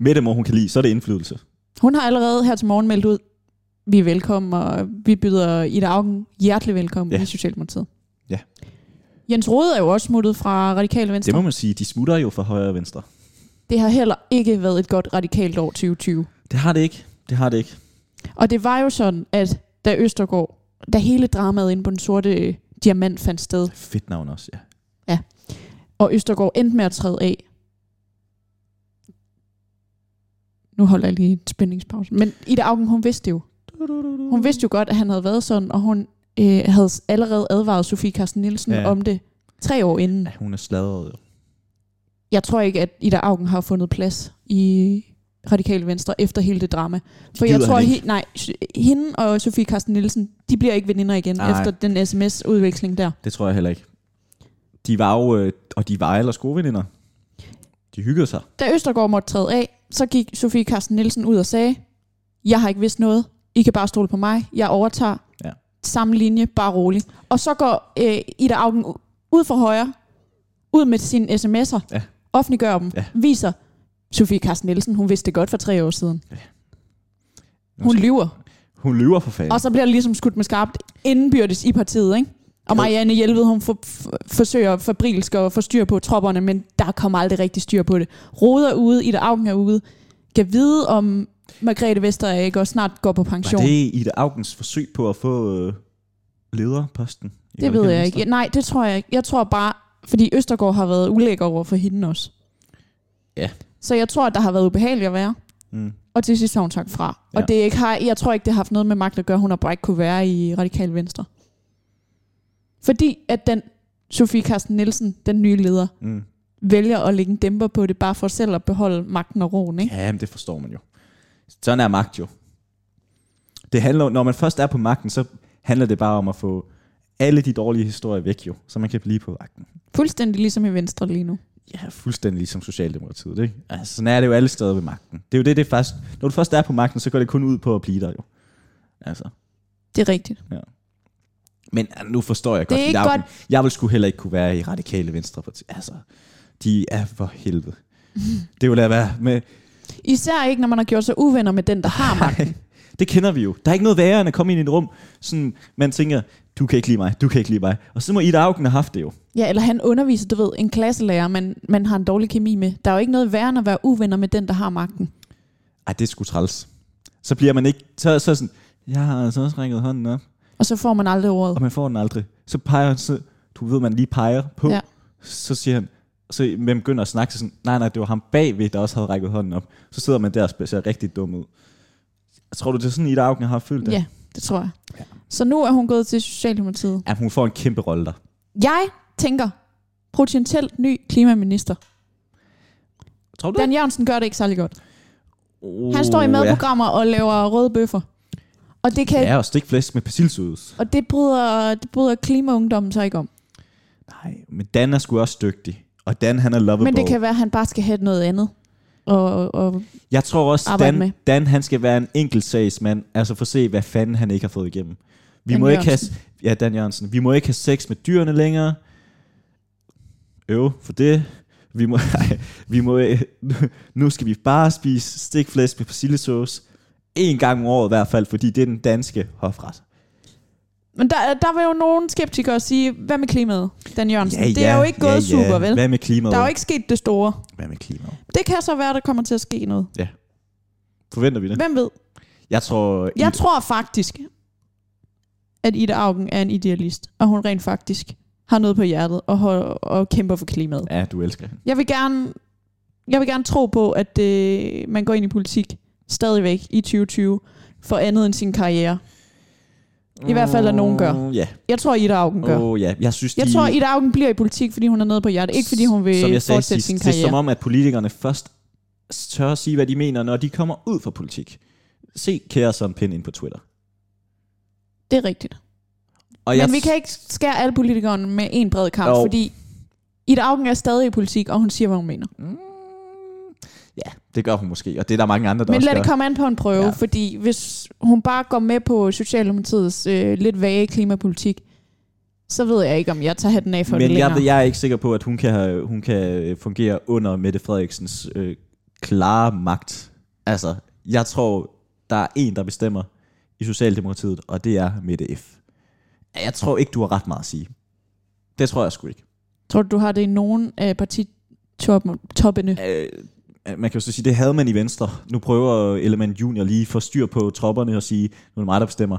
S2: Mette mor hun kan lide, så er det indflydelse.
S1: Hun har allerede her til morgen meldt ud, vi er velkommen, og vi byder Ida Augen hjertelig velkommen
S2: Ja.
S1: ja. i Socialdemokratiet.
S2: Ja.
S1: Jens Rode er jo også smuttet fra Radikale Venstre.
S2: Det må man sige, de smutter jo fra højre og venstre.
S1: Det har heller ikke været et godt radikalt år 2020.
S2: Det har det ikke. Det har det ikke.
S1: Og det var jo sådan, at da Østergaard, da hele dramaet inde på den sorte øh, diamant fandt sted,
S2: Fedt navn også, ja.
S1: og Østergaard endte med at træde af. Nu holder jeg lige en spændingspause. Men Ida Augen, hun vidste det jo. Hun vidste jo godt, at han havde været sådan, og hun øh, havde s- allerede advaret Sofie Carsten Nielsen
S2: Ja.
S1: ja. om det tre år inden.
S2: Ja, hun er sladret. jo.
S1: Jeg tror ikke, at Ida Augen har fundet plads i Radikale Venstre efter hele det drama. For jeg
S2: gider
S1: tror,
S2: han
S1: he,
S2: ikke.
S1: nej, s- hende og Sofie Carsten Nielsen, de bliver ikke veninder igen
S2: Nej.
S1: nej. efter den sms-udveksling der.
S2: Det tror jeg heller ikke. De var jo, øh, og de var ellers gode veninder. De hyggede sig.
S1: Da Østergaard måtte træde af, så gik Sofie Carsten Nielsen ud og sagde, jeg har ikke vidst noget, I kan bare stole på mig, jeg overtager
S2: Ja.
S1: samme linje, bare rolig. Og så går øh, Ida Augen u- ud for højre, ud med sine sms'er,
S2: Ja.
S1: offentliggør dem,
S2: Ja.
S1: viser, Sofie Carsten Nielsen, hun vidste det godt for tre år siden.
S2: Ja.
S1: Hun lyver.
S2: Hun løber for fanden.
S1: Og så bliver det ligesom skudt med skarpt indbyrdes i partiet, ikke? Og Marianne Hjelved, hun for, f- forsøger fabrilsk at få styr på tropperne, men der kommer aldrig rigtig styr på det. Roder ude, Ida Augen er ude. Kan vide, om Margrethe Vestager går snart går på pension.
S2: Var det Ida Augens forsøg på at få øh, lederposten? i
S1: det ved
S2: Radikale
S1: jeg
S2: Venstre?
S1: ikke. Nej, det tror jeg ikke. Jeg tror bare, fordi Østergaard har været ulækker over for hende også.
S2: Ja.
S1: Så jeg tror, at der har været ubehageligt at være.
S2: Mm.
S1: Og til sidst har hun sagt fra. Ja.
S2: Ja.
S1: Og det er ikke, har, jeg tror ikke, det har haft noget med magt at gøre, hun har bare ikke kunne være i Radikal Venstre. Fordi at den Sofie Carsten Nielsen, den nye leder,
S2: Mm.
S1: vælger at lægge en dæmper på det, bare for selv at beholde magten og roen. Ikke?
S2: Ja, men det forstår man jo. Sådan er magt jo. Det handler, jo- når man først er på magten, så handler det bare om at få alle de dårlige historier væk jo, så man kan blive på magten.
S1: Fuldstændig ligesom i Venstre lige nu.
S2: Ja, fuldstændig ligesom Socialdemokratiet, ikke? Altså, sådan er det jo alle steder ved magten. Det er jo det, det er først, når du først er på magten, så går det kun ud på at blive der jo. Altså,
S1: Det er rigtigt.
S2: men ah, nu forstår jeg
S1: Det
S2: godt.
S1: er ikke
S2: jeg, jeg vil sgu heller ikke kunne være i radikale venstre. Altså, de er for helvede. Det vil jeg være med.
S1: Især ikke, når man har gjort sig uvenner med den, der har magten.
S2: Det kender vi jo. Der er ikke noget værre end at komme ind i et rum, sådan man tænker, du kan ikke lide mig, du kan ikke lide mig. Og så må Ida Augen have haft det jo.
S1: Ja, eller han underviser, du ved, en klasselærer, man, man har en dårlig kemi med. Der er jo ikke noget værre end at være uvenner med den, der har magten.
S2: Ej, det skulle træls. Så bliver man ikke, så, så sådan, jeg har altså også rækket hånden op,
S1: Og så får man aldrig ordet.
S2: og man får den aldrig. Så peger han, så, du ved, man lige peger på, ja.
S1: Ja.
S2: så siger han, så man begynder at snakke så sådan, nej, nej, det var ham bagved, der også havde rækket hånden op. Så sidder man der og ser rigtig dum ud. Tror du, det er sådan, Ida Augen har følt det?
S1: Ja, det tror jeg.
S2: Ja.
S1: Ja. Så nu er hun gået til Socialdemokratiet.
S2: At hun får en kæmpe rolle der.
S1: Jeg tænker, potentielt ny klimaminister.
S2: Tror du det?
S1: Dan Jørgensen gør det ikke særlig godt.
S2: Oh,
S1: Han står i madprogrammer og laver røde bøffer. Og det, kan,
S2: Ja, ja og stikflæsk med persillesauce.
S1: og det, bryder, det bryder klimaungdommen sig ikke om.
S2: Nej, men Dan er sgu også dygtig. Og Dan, han er lovable.
S1: Men det kan være, at han bare skal have noget andet. Og, og
S2: Jeg tror også,
S1: arbejde
S2: Dan,
S1: med.
S2: Dan han skal være en enkelt sagsmand, altså for at se, hvad fanden han ikke har fået igennem. Vi
S1: Dan
S2: må ikke have,
S1: Jørgensen.
S2: ja, Dan Jørgensen. Vi må ikke have sex med dyrene længere. Øv, for det. Vi må, nej, vi må, øh, nu skal vi bare spise stikflæsk med persillesauce. En gang om året i hvert fald, fordi det er den danske hofret.
S1: Men der, der vil jo nogle skeptikere sige, hvad med klimaet, Dan Jørgensen? det er jo ikke gået
S2: ja.
S1: super, vel?
S2: Hvad med klimaet?
S1: Der er jo ikke sket det store.
S2: Hvad med klimaet?
S1: Det kan så være, der kommer til at ske noget.
S2: Forventer vi det?
S1: Hvem ved?
S2: Jeg tror...
S1: Jeg tror faktisk, at Ida Augen er en idealist, og hun rent faktisk har noget på hjertet og, hol- og kæmper for klimaet.
S2: Ja, du elsker hende.
S1: Jeg vil gerne, jeg vil gerne tro på, at øh, man går ind i politik stadigvæk i 2020 for andet end sin karriere. I hvert fald, at nogen gør.
S2: Mm, Ja,
S1: Jeg tror, Ida Augen gør.
S2: Åh, ja. Jeg synes,
S1: Jeg
S2: de,
S1: tror, Ida Augen bliver i politik, fordi hun er nede på hjertet. Ikke fordi hun vil
S2: som jeg sagde
S1: fortsætte
S2: sidst,
S1: sin
S2: Det er som
S1: karriere.
S2: om, at politikerne først tør at sige, hvad de mener, når de kommer ud fra politik. Se kære Søren Pind ind på Twitter.
S1: Det er rigtigt.
S2: Og
S1: Men vi kan ikke skære alle politikerne med en bred kamp,
S2: Jo.
S1: fordi Ida Augen er stadig i politik, og hun siger, hvad hun mener.
S2: Mm, ja, det gør hun måske, og det er der mange andre, der
S1: Men
S2: også
S1: lad
S2: gør.
S1: det komme an på en prøve,
S2: Ja.
S1: ja. fordi hvis hun bare går med på Socialdemokratiets øh, lidt vage klimapolitik, så ved jeg ikke, om jeg tager hatten af for det
S2: Men
S1: længere.
S2: jeg, jeg er ikke sikker på, at hun kan, hun kan øh, fungere under Mette Frederiksens øh, klare magt. Altså, jeg tror, der er en, der bestemmer i Socialdemokratiet, og det er Mette F. Jeg tror ikke, du har ret meget at sige. Det tror jeg sgu ikke.
S1: Tror du, du har det i nogen af partitoppene?
S2: Øh, man kan jo så sige, det havde man i Venstre. Nu prøver Ellemann Junior lige at få styr på tropperne og sige, nu er det mig, der bestemmer.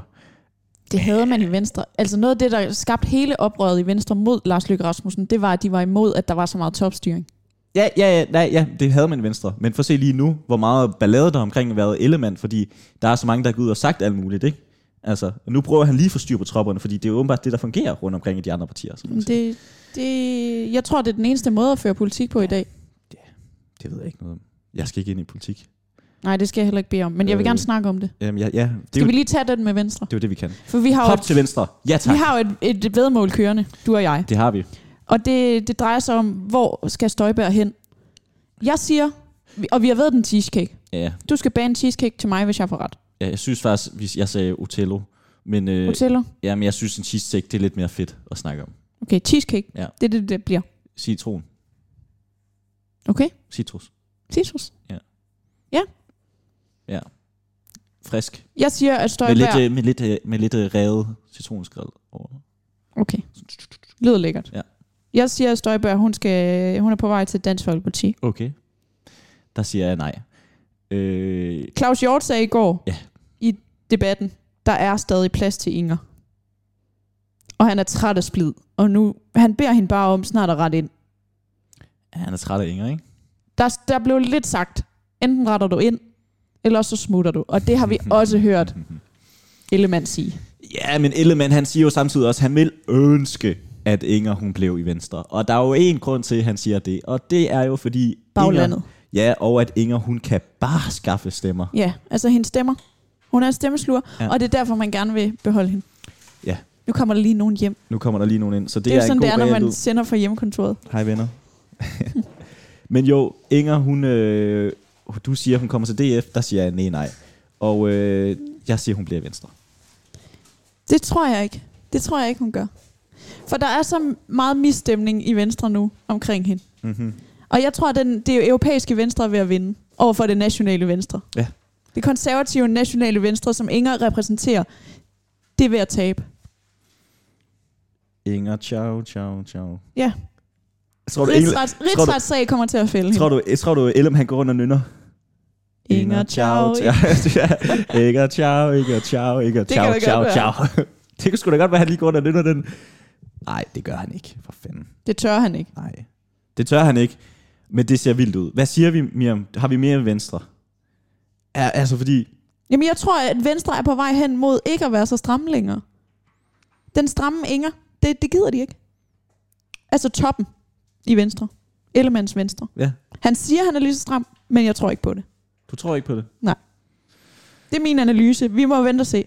S1: Det havde man i Venstre. Altså noget af det, der skabte hele oprøret i Venstre mod Lars Løkke Rasmussen, det var, at de var imod, at der var så meget topstyring.
S2: Ja, ja, ja, nej, ja, det havde man i Venstre. Men for at se lige nu, hvor meget ballade der har omkring har været Ellemann, fordi der er så mange, der er gået ud og sagt alt muligt, ikke? Altså, og nu prøver han lige at få styr på tropperne, fordi det er jo åbenbart det, der fungerer rundt omkring i de andre partier. Så det,
S1: Det, det, jeg tror, det er den eneste måde at føre politik på i dag.
S2: det ved jeg ikke noget om. Jeg skal ikke ind i politik.
S1: Nej, det skal jeg heller ikke bede om, men jeg vil
S2: Øh,
S1: gerne snakke om det.
S2: Jamen, ja, ja, det, er
S1: Skal
S2: jo,
S1: vi lige tage den med Venstre?
S2: det er jo det, vi kan.
S1: For vi har jo
S2: Hop
S1: et,
S2: til venstre. Ja, tak.
S1: vi har jo et, et vedmål kørende, du og jeg.
S2: Det har vi.
S1: Og det, det drejer sig om, hvor skal Støjberg hen? Jeg siger, og vi har ved den cheesecake.
S2: Ja,
S1: Du skal bage en cheesecake til mig, hvis jeg får ret.
S2: ja, jeg synes faktisk, hvis jeg sagde Otello, men, øh,
S1: Hoteller?
S2: jamen, jeg synes, en cheesesteak, det er lidt mere fedt at snakke om.
S1: Okay, cheesecake.
S2: Ja.
S1: Det er det, det bliver.
S2: Citron.
S1: Okay,
S2: Citrus.
S1: citrus.
S2: Frisk.
S1: Jeg siger, at
S2: Med lidt,
S1: Støjberg...
S2: øh, med lidt, øh, med lidt øh, revet citronskræl over.
S1: Okay, lyder lækkert.
S2: Ja.
S1: Jeg siger, at Støjberg, hun, skal, hun er på vej til Dansk Folkeparti.
S2: Okay. Der siger jeg nej. Øh,
S1: Claus Hjort sagde i går
S2: Ja.
S1: i debatten, der er stadig plads til Inger. Og han er træt af splid. Og nu, han beder hende bare om snart at rette ind.
S2: han er træt af Inger, ikke?
S1: Der, der blev lidt sagt, enten retter du ind, eller så smutter du. Og det har vi
S2: Mhm.
S1: også hørt Ellemann sige.
S2: Ja, men Ellemann, han siger jo samtidig også, at han vil ønske, at Inger hun blev i Venstre. Og der er jo en grund til, at han siger det. Og det er jo fordi...
S1: Baglandet.
S2: Inger, ja, og at Inger, hun kan bare skaffe stemmer.
S1: Ja, altså hendes stemmer. Hun er en stemmeslur,
S2: Ja.
S1: ja. og det er derfor, man gerne vil beholde hende.
S2: Ja.
S1: Nu kommer der lige nogen hjem. Det,
S2: Nu kommer der lige nogen ind, så det,
S1: det er jo
S2: er
S1: sådan,
S2: en god
S1: det er, når man
S2: bagerlyd.
S1: sender fra hjemmekontoret.
S2: Hej venner. Men jo, Inger, hun, øh, du siger, hun kommer til DF, der siger jeg nej, nej. Og øh, jeg siger, hun bliver i venstre.
S1: Det tror jeg ikke. Det tror jeg ikke, hun gør. For der er så meget misstemning i Venstre nu omkring hende.
S2: Mm-hmm.
S1: Og jeg tror, at den, det europæiske Venstre er ved at vinde over for det nationale Venstre.
S2: Ja.
S1: Det konservative nationale Venstre, som Inger repræsenterer, det er ved at tabe.
S2: Inger, ciao, ciao, ciao.
S1: Ja.
S2: Tror du, Engel,
S1: Rigsrets- Rigsretssag kommer til at fælde
S2: tror
S1: hende.
S2: du, tror du Ellem, han går rundt og nynner?
S1: Inger, ciao.
S2: ciao. Inger, ciao, Inger, ciao, Inger,
S1: Det
S2: ciao,
S1: kan da
S2: ciao,
S1: godt
S2: ciao. Det kunne sgu da godt være, at han lige går rundt og nynner den. Nej, det gør han ikke, for fanden.
S1: Det tør han ikke.
S2: Nej, det tør han ikke. Men det ser vildt ud. Hvad siger vi, Miriam? Har vi mere end venstre? Ja, altså fordi...
S1: Jamen, jeg tror, at Venstre er på vej hen mod ikke at være så stramme længere. Den stramme Inger, det, det gider de ikke. Altså toppen i Venstre. Ellemands Venstre.
S2: Ja.
S1: Han siger, at han er lige så stram, men jeg tror ikke på det.
S2: Du tror ikke på det?
S1: Det er min analyse. Vi må vente og se.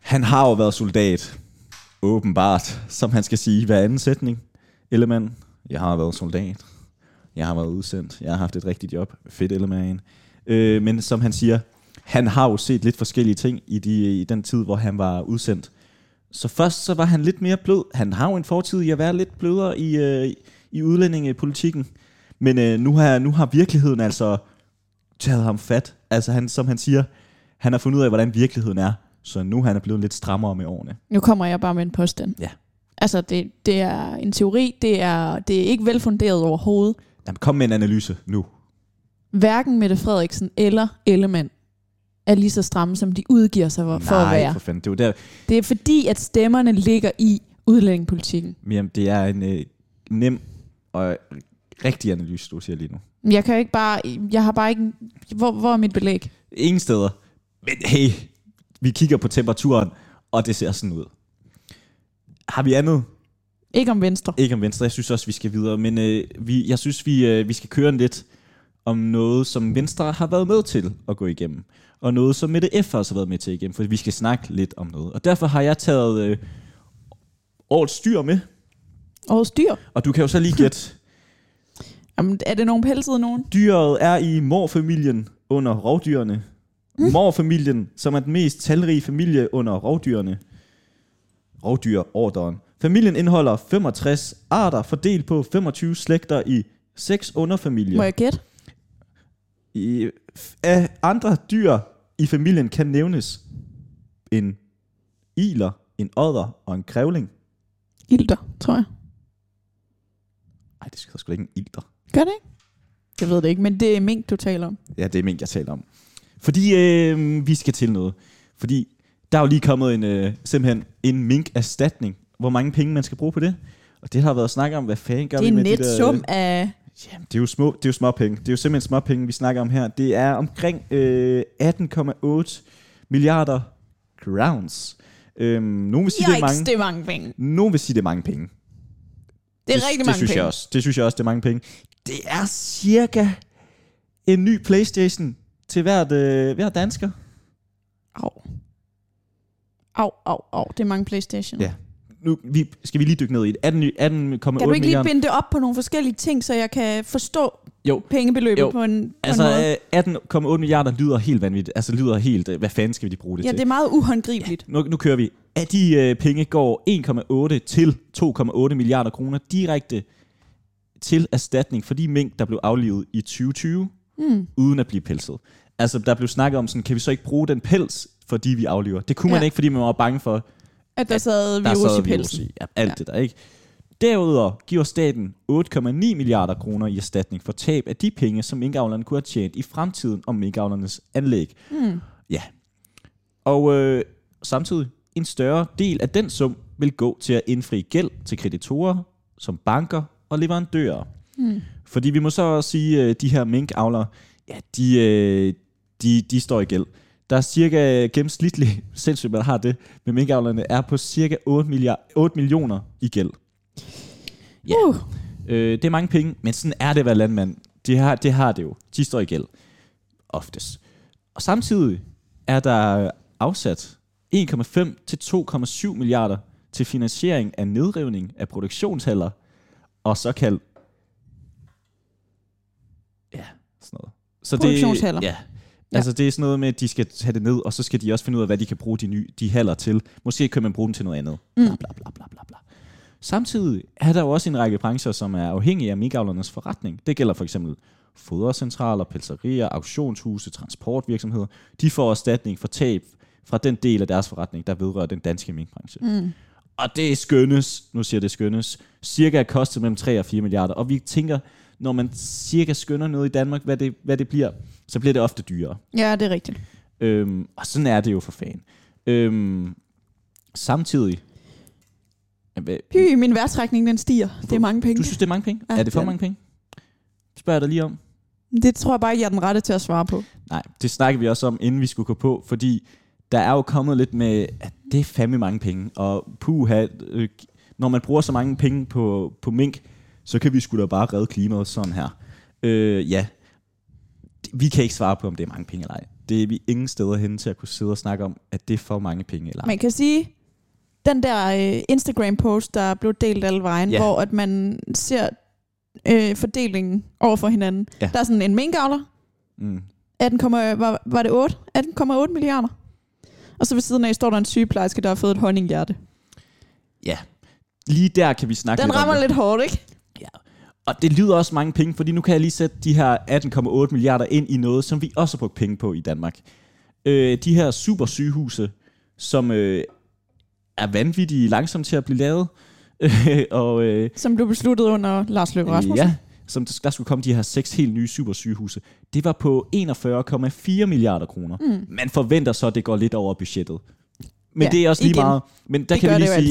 S2: Han har jo været soldat, åbenbart, som han skal sige i hver anden sætning. Ellemann, jeg har været soldat. Jeg har været udsendt. Jeg har haft et rigtigt job. Fedt, Ellemann. Øh, men som han siger, han har jo set lidt forskellige ting i, de, i den tid, hvor han var udsendt. Så først så var han lidt mere blød. Han har jo en fortid i at være lidt blødere i, øh, i udlændingepolitikken. Men øh, nu, har, nu har virkeligheden altså taget ham fat. Altså han, som han siger, han har fundet ud af, hvordan virkeligheden er. Så nu han er blevet lidt strammere med årene.
S1: Nu kommer jeg bare med en påstand.
S2: Ja.
S1: Altså, det, det er en teori. Det er, det er ikke velfunderet overhovedet.
S2: Jamen, kom med en analyse nu.
S1: Hverken Mette Frederiksen eller Ellemann er lige så stramme, som de udgiver sig for, for at
S2: Nej,
S1: være.
S2: for fanden. Det er jo der,
S1: Det er fordi, at stemmerne ligger i udlændingepolitikken.
S2: jamen, det er en øh, nem og rigtig analyse, du siger lige nu.
S1: Men Jeg kan jo ikke bare... Jeg har bare ikke... Hvor, hvor er mit belæg?
S2: Ingen steder. Men hey, vi kigger på temperaturen, og det ser sådan ud. Har vi andet?
S1: Ikke om venstre.
S2: Ikke om Venstre. Jeg synes også, vi skal videre. Men øh, vi, jeg synes, vi, øh, vi skal køre en lidt om noget, som Venstre har været med til at gå igennem. Og noget, som Mette F. også har været med til igennem. For vi skal snakke lidt om noget. Og derfor har jeg taget øh, årets styr med.
S1: Årets dyr.
S2: Og du kan jo så lige gætte.
S1: Jamen, er det nogen pelsede nogen?
S2: Dyret er i morfamilien under rovdyrene.
S1: Hm?
S2: Morfamilien, som er den mest talrige familie under rovdyrene. Rovdyrorderen. Familien indeholder 65 arter, fordelt på 25 slægter i 6 underfamilier.
S1: Må jeg gætte?
S2: I, f- af andre dyr i familien kan nævnes en iler, en odder og en krævling.
S1: Ilter, tror jeg.
S2: Nej, det skal sgu da ikke en ilter.
S1: Gør det ikke? Jeg ved det ikke, men det er mink, du taler om.
S2: Ja, det er mink, jeg taler om. Fordi øh, vi skal til noget. Fordi der er jo lige kommet en, øh, simpelthen en minkerstatning. Hvor mange penge man skal bruge på det. Og det har været snak om, hvad fanden gør
S1: Det er en
S2: vi med de
S1: net
S2: der... øh,
S1: sum af...
S2: Jamen, det er jo små, det er jo små penge. Det er jo simpelthen små penge, vi snakker om her. Det er omkring øh, 18,8 milliarder crowns. Øhm, nogen vil sige, det er
S1: Yikes,
S2: mange.
S1: det er mange penge.
S2: Nogen vil sige, det er mange penge.
S1: Det er rigtig
S2: det
S1: mange
S2: synes
S1: penge.
S2: Jeg også. Det synes jeg også, det er mange penge. Det er cirka en ny Playstation til hvert, øh, hver dansker.
S1: Au. Au, au, au. Det er mange Playstation.
S2: Ja. Nu vi, skal vi lige dykke ned i det. 18,8
S1: Kan du ikke lige
S2: milliarder.
S1: binde det op på nogle forskellige ting, så jeg kan forstå
S2: Jo.
S1: pengebeløbet
S2: Jo.
S1: på en, på
S2: Altså,
S1: en måde?
S2: øh, 18,8 milliarder lyder helt vanvittigt. Altså, lyder helt... Øh, hvad fanden skal vi de bruge det
S1: ja,
S2: til?
S1: det er meget uhåndgribeligt.
S2: Nu, nu kører vi. Af de øh, penge går 1,8 til 2,8 milliarder kroner direkte til erstatning for de mink, der blev aflivet i 2020, mm. uden at blive pelset. Altså, der blev snakket om sådan, kan vi så ikke bruge den pels, fordi vi afliver? Det kunne man
S1: Ja.
S2: ikke, fordi man var bange for,
S1: At der sad
S2: der
S1: virus
S2: sad
S1: i pelsen.
S2: i. Ja, alt ja. det der, ikke? Derudover giver staten 8,9 milliarder kroner i erstatning for tab af de penge, som minkavlerne kunne have tjent i fremtiden om minkavlernes anlæg.
S1: Mm.
S2: Ja. Og øh, samtidig en større del af den sum vil gå til at indfri gæld til kreditorer, som banker og leverandører.
S1: Mm.
S2: Fordi vi må så også sige, at de her minkavlere, ja, de, øh, de, de står i gæld. Der er cirka gennemsnitligt, sindssygt man har det, men minkavlerne er på cirka 8, milliard, 8 millioner i gæld. Ja.
S1: Uh,
S2: Øh, det er mange penge, men sådan er det at være landmand. Det har, det har det jo. De står i gæld. Oftest. Og samtidig er der afsat 1,5 til 2,7 milliarder til finansiering af nedrivning af produktionshaller og såkaldt... Ja, sådan noget. Så
S1: Produktionshaller.
S2: Det, ja. Altså det er sådan noget med, at de skal have det ned, og så skal de også finde ud af, hvad de kan bruge de, nye, de haller til. Måske kan man bruge dem til noget andet. Bla, bla, bla, bla, bla, bla. Samtidig er der jo også en række brancher, som er afhængige af minkavlernes forretning. Det gælder for eksempel fodercentraler, pelserier, auktionshuse, transportvirksomheder. De får erstatning for tab fra den del af deres forretning, der vedrører den danske minkbranche. Mm. Og det skønnes, nu siger jeg, det skønnes, cirka er kostet mellem 3 og 4 milliarder. Og vi tænker, når man cirka skønner noget i Danmark, hvad det, hvad det bliver, så bliver det ofte dyrere.
S1: ja, det er rigtigt.
S2: Øhm, og sådan er det jo for fanden. Øhm, samtidig... Hvad-
S1: Hy, min værtrækning den stiger. Det er mange penge.
S2: du synes, det er mange penge?
S1: Ja,
S2: Ja, er det for
S1: det er
S2: mange penge? Spørger jeg dig lige om.
S1: Det tror jeg bare ikke, jeg er den rette til at svare på.
S2: Nej, det snakker vi også om, inden vi skulle gå på, fordi der er jo kommet lidt med, at det er fandme mange penge, og puha, øh, når man bruger så mange penge på, på mink, så kan vi sgu da bare redde klimaet sådan her. Øh, ja, vi kan ikke svare på, om det er mange penge eller ej. Det er vi ingen steder hen til at kunne sidde og snakke om, at det er for mange penge eller ej.
S1: Man kan sige, den der øh, Instagram-post, der blev delt alle vejen,
S2: Ja.
S1: ja. hvor at man ser øh, fordelingen over for hinanden.
S2: Ja.
S1: Ja. Der er sådan en minkavler,
S2: Mm.
S1: 18, var, var det 8? 18,8 milliarder. Og så ved siden af står der en sygeplejerske, der har fået et honninghjerte.
S2: Lige der kan vi snakke
S1: Den
S2: lidt
S1: rammer
S2: om det.
S1: lidt hårdt, ikke?
S2: Og det lyder også mange penge, fordi nu kan jeg lige sætte de her 18,8 milliarder ind i noget, som vi også har brugt penge på i Danmark. Øh, de her super sygehuse, som øh, er vanvittige langsomt til at blive lavet, øh, og øh,
S1: Som blev besluttet under Lars Løkke Rasmussen.
S2: ja, som der skulle komme de her seks helt nye super sygehuse, det var på 41,4 milliarder kroner. Mm. Man forventer så, at det går lidt over budgettet. Men
S1: Ja,
S2: ja, det er også lige igen.
S1: igen.
S2: meget. Men der
S1: Det
S2: det kan
S1: gør
S2: vi
S1: det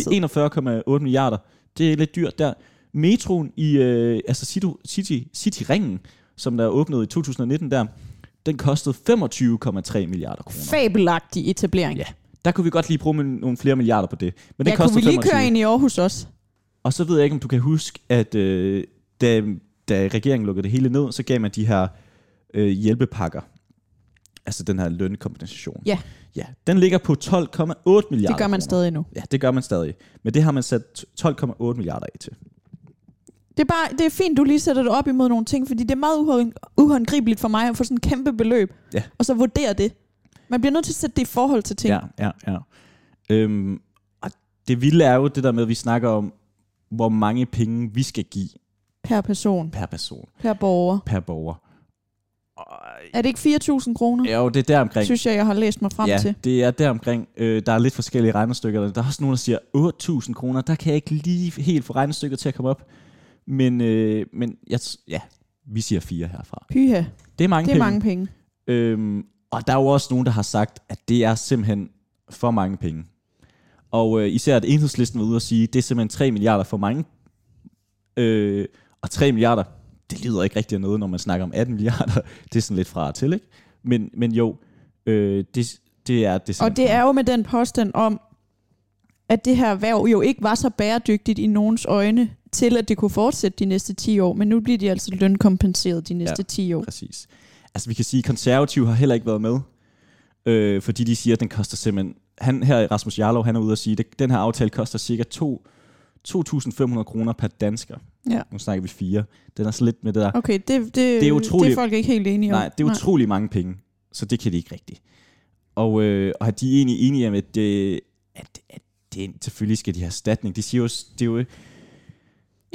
S1: jo
S2: lige sige 41,8 milliarder. Det er lidt dyrt der. Metroen i øh, altså City, City, City-ringen, som der åbnede i 2019 der, den kostede 25,3 milliarder kroner.
S1: Fabelagtig etablering.
S2: Ja, der kunne vi godt lige bruge nogle flere milliarder på det. Men den
S1: ja kunne
S2: kostede
S1: vi lige
S2: 25.
S1: køre ind i Aarhus også?
S2: Og så ved jeg ikke, om du kan huske, at øh, da, da regeringen lukkede det hele ned, så gav man de her øh, hjælpepakker. Altså den her lønkompensation.
S1: Ja.
S2: ja. Den ligger på 12,8 milliarder
S1: Det gør man
S2: kroner.
S1: stadig nu.
S2: Ja, det gør man stadig. Men det har man sat 12,8 milliarder af til.
S1: Det er, bare, det er fint, du lige sætter det op imod nogle ting, fordi det er meget uhånd- uhåndgribeligt for mig at få sådan et kæmpe beløb,
S2: Ja.
S1: og så vurdere det. Man bliver nødt til at sætte det i forhold til ting.
S2: Ja, ja, ja. Øhm, og det vilde er jo det der med, at vi snakker om, hvor mange penge vi skal give
S1: Per person,
S2: per person,
S1: per borger.
S2: per borger. Og
S1: Er det ikke 4.000 kroner?
S2: Ja, jo, det er der omkring.
S1: Synes jeg, jeg har læst mig frem
S2: ja,
S1: til.
S2: det er deromkring. Øh, der er lidt forskellige regnestykker. Der er også nogen, der siger 8.000 kroner. Der kan jeg ikke lige helt få regnestykket til at komme op. Men, øh, men jeg, t- ja, vi siger 4 herfra.
S1: Pyha,
S2: Det er mange
S1: det er
S2: penge.
S1: mange penge.
S2: Øhm, og der er jo også nogen, der har sagt, at det er simpelthen for mange penge. Og øh, især at enhedslisten var ude og sige, det er simpelthen 3 milliarder for mange. Øh, og 3 milliarder, det lyder ikke rigtig af noget, når man snakker om 18 milliarder. Det er sådan lidt fra og til, ikke? Men, men jo, øh, det, det er det er
S1: Og
S2: simpelthen
S1: det er jo med den påstand om, at det her erhverv jo ikke var så bæredygtigt i nogens øjne, til at det kunne fortsætte de næste 10 år, men nu bliver de altså lønkompenseret de næste ja.
S2: Ja.
S1: 10 år.
S2: Præcis. Altså vi kan sige, at konservative har heller ikke været med, øh, fordi de siger, at den koster simpelthen... Han her, Rasmus Jarlov, han er ude og sige, at den her aftale koster cirka 2 2.500 kroner per dansker.
S1: Ja.
S2: Nu snakker vi fire. Den er så lidt med det der.
S1: Okay, det, det, det,
S2: er utroligt.
S1: det er folk ikke helt enige om.
S2: Nej, det er utrolig mange penge, så det kan de ikke rigtigt. Og, øh, og er de egentlig enige om, at, det, at, at det, selvfølgelig skal de have erstatning. De siger jo, s- det er jo,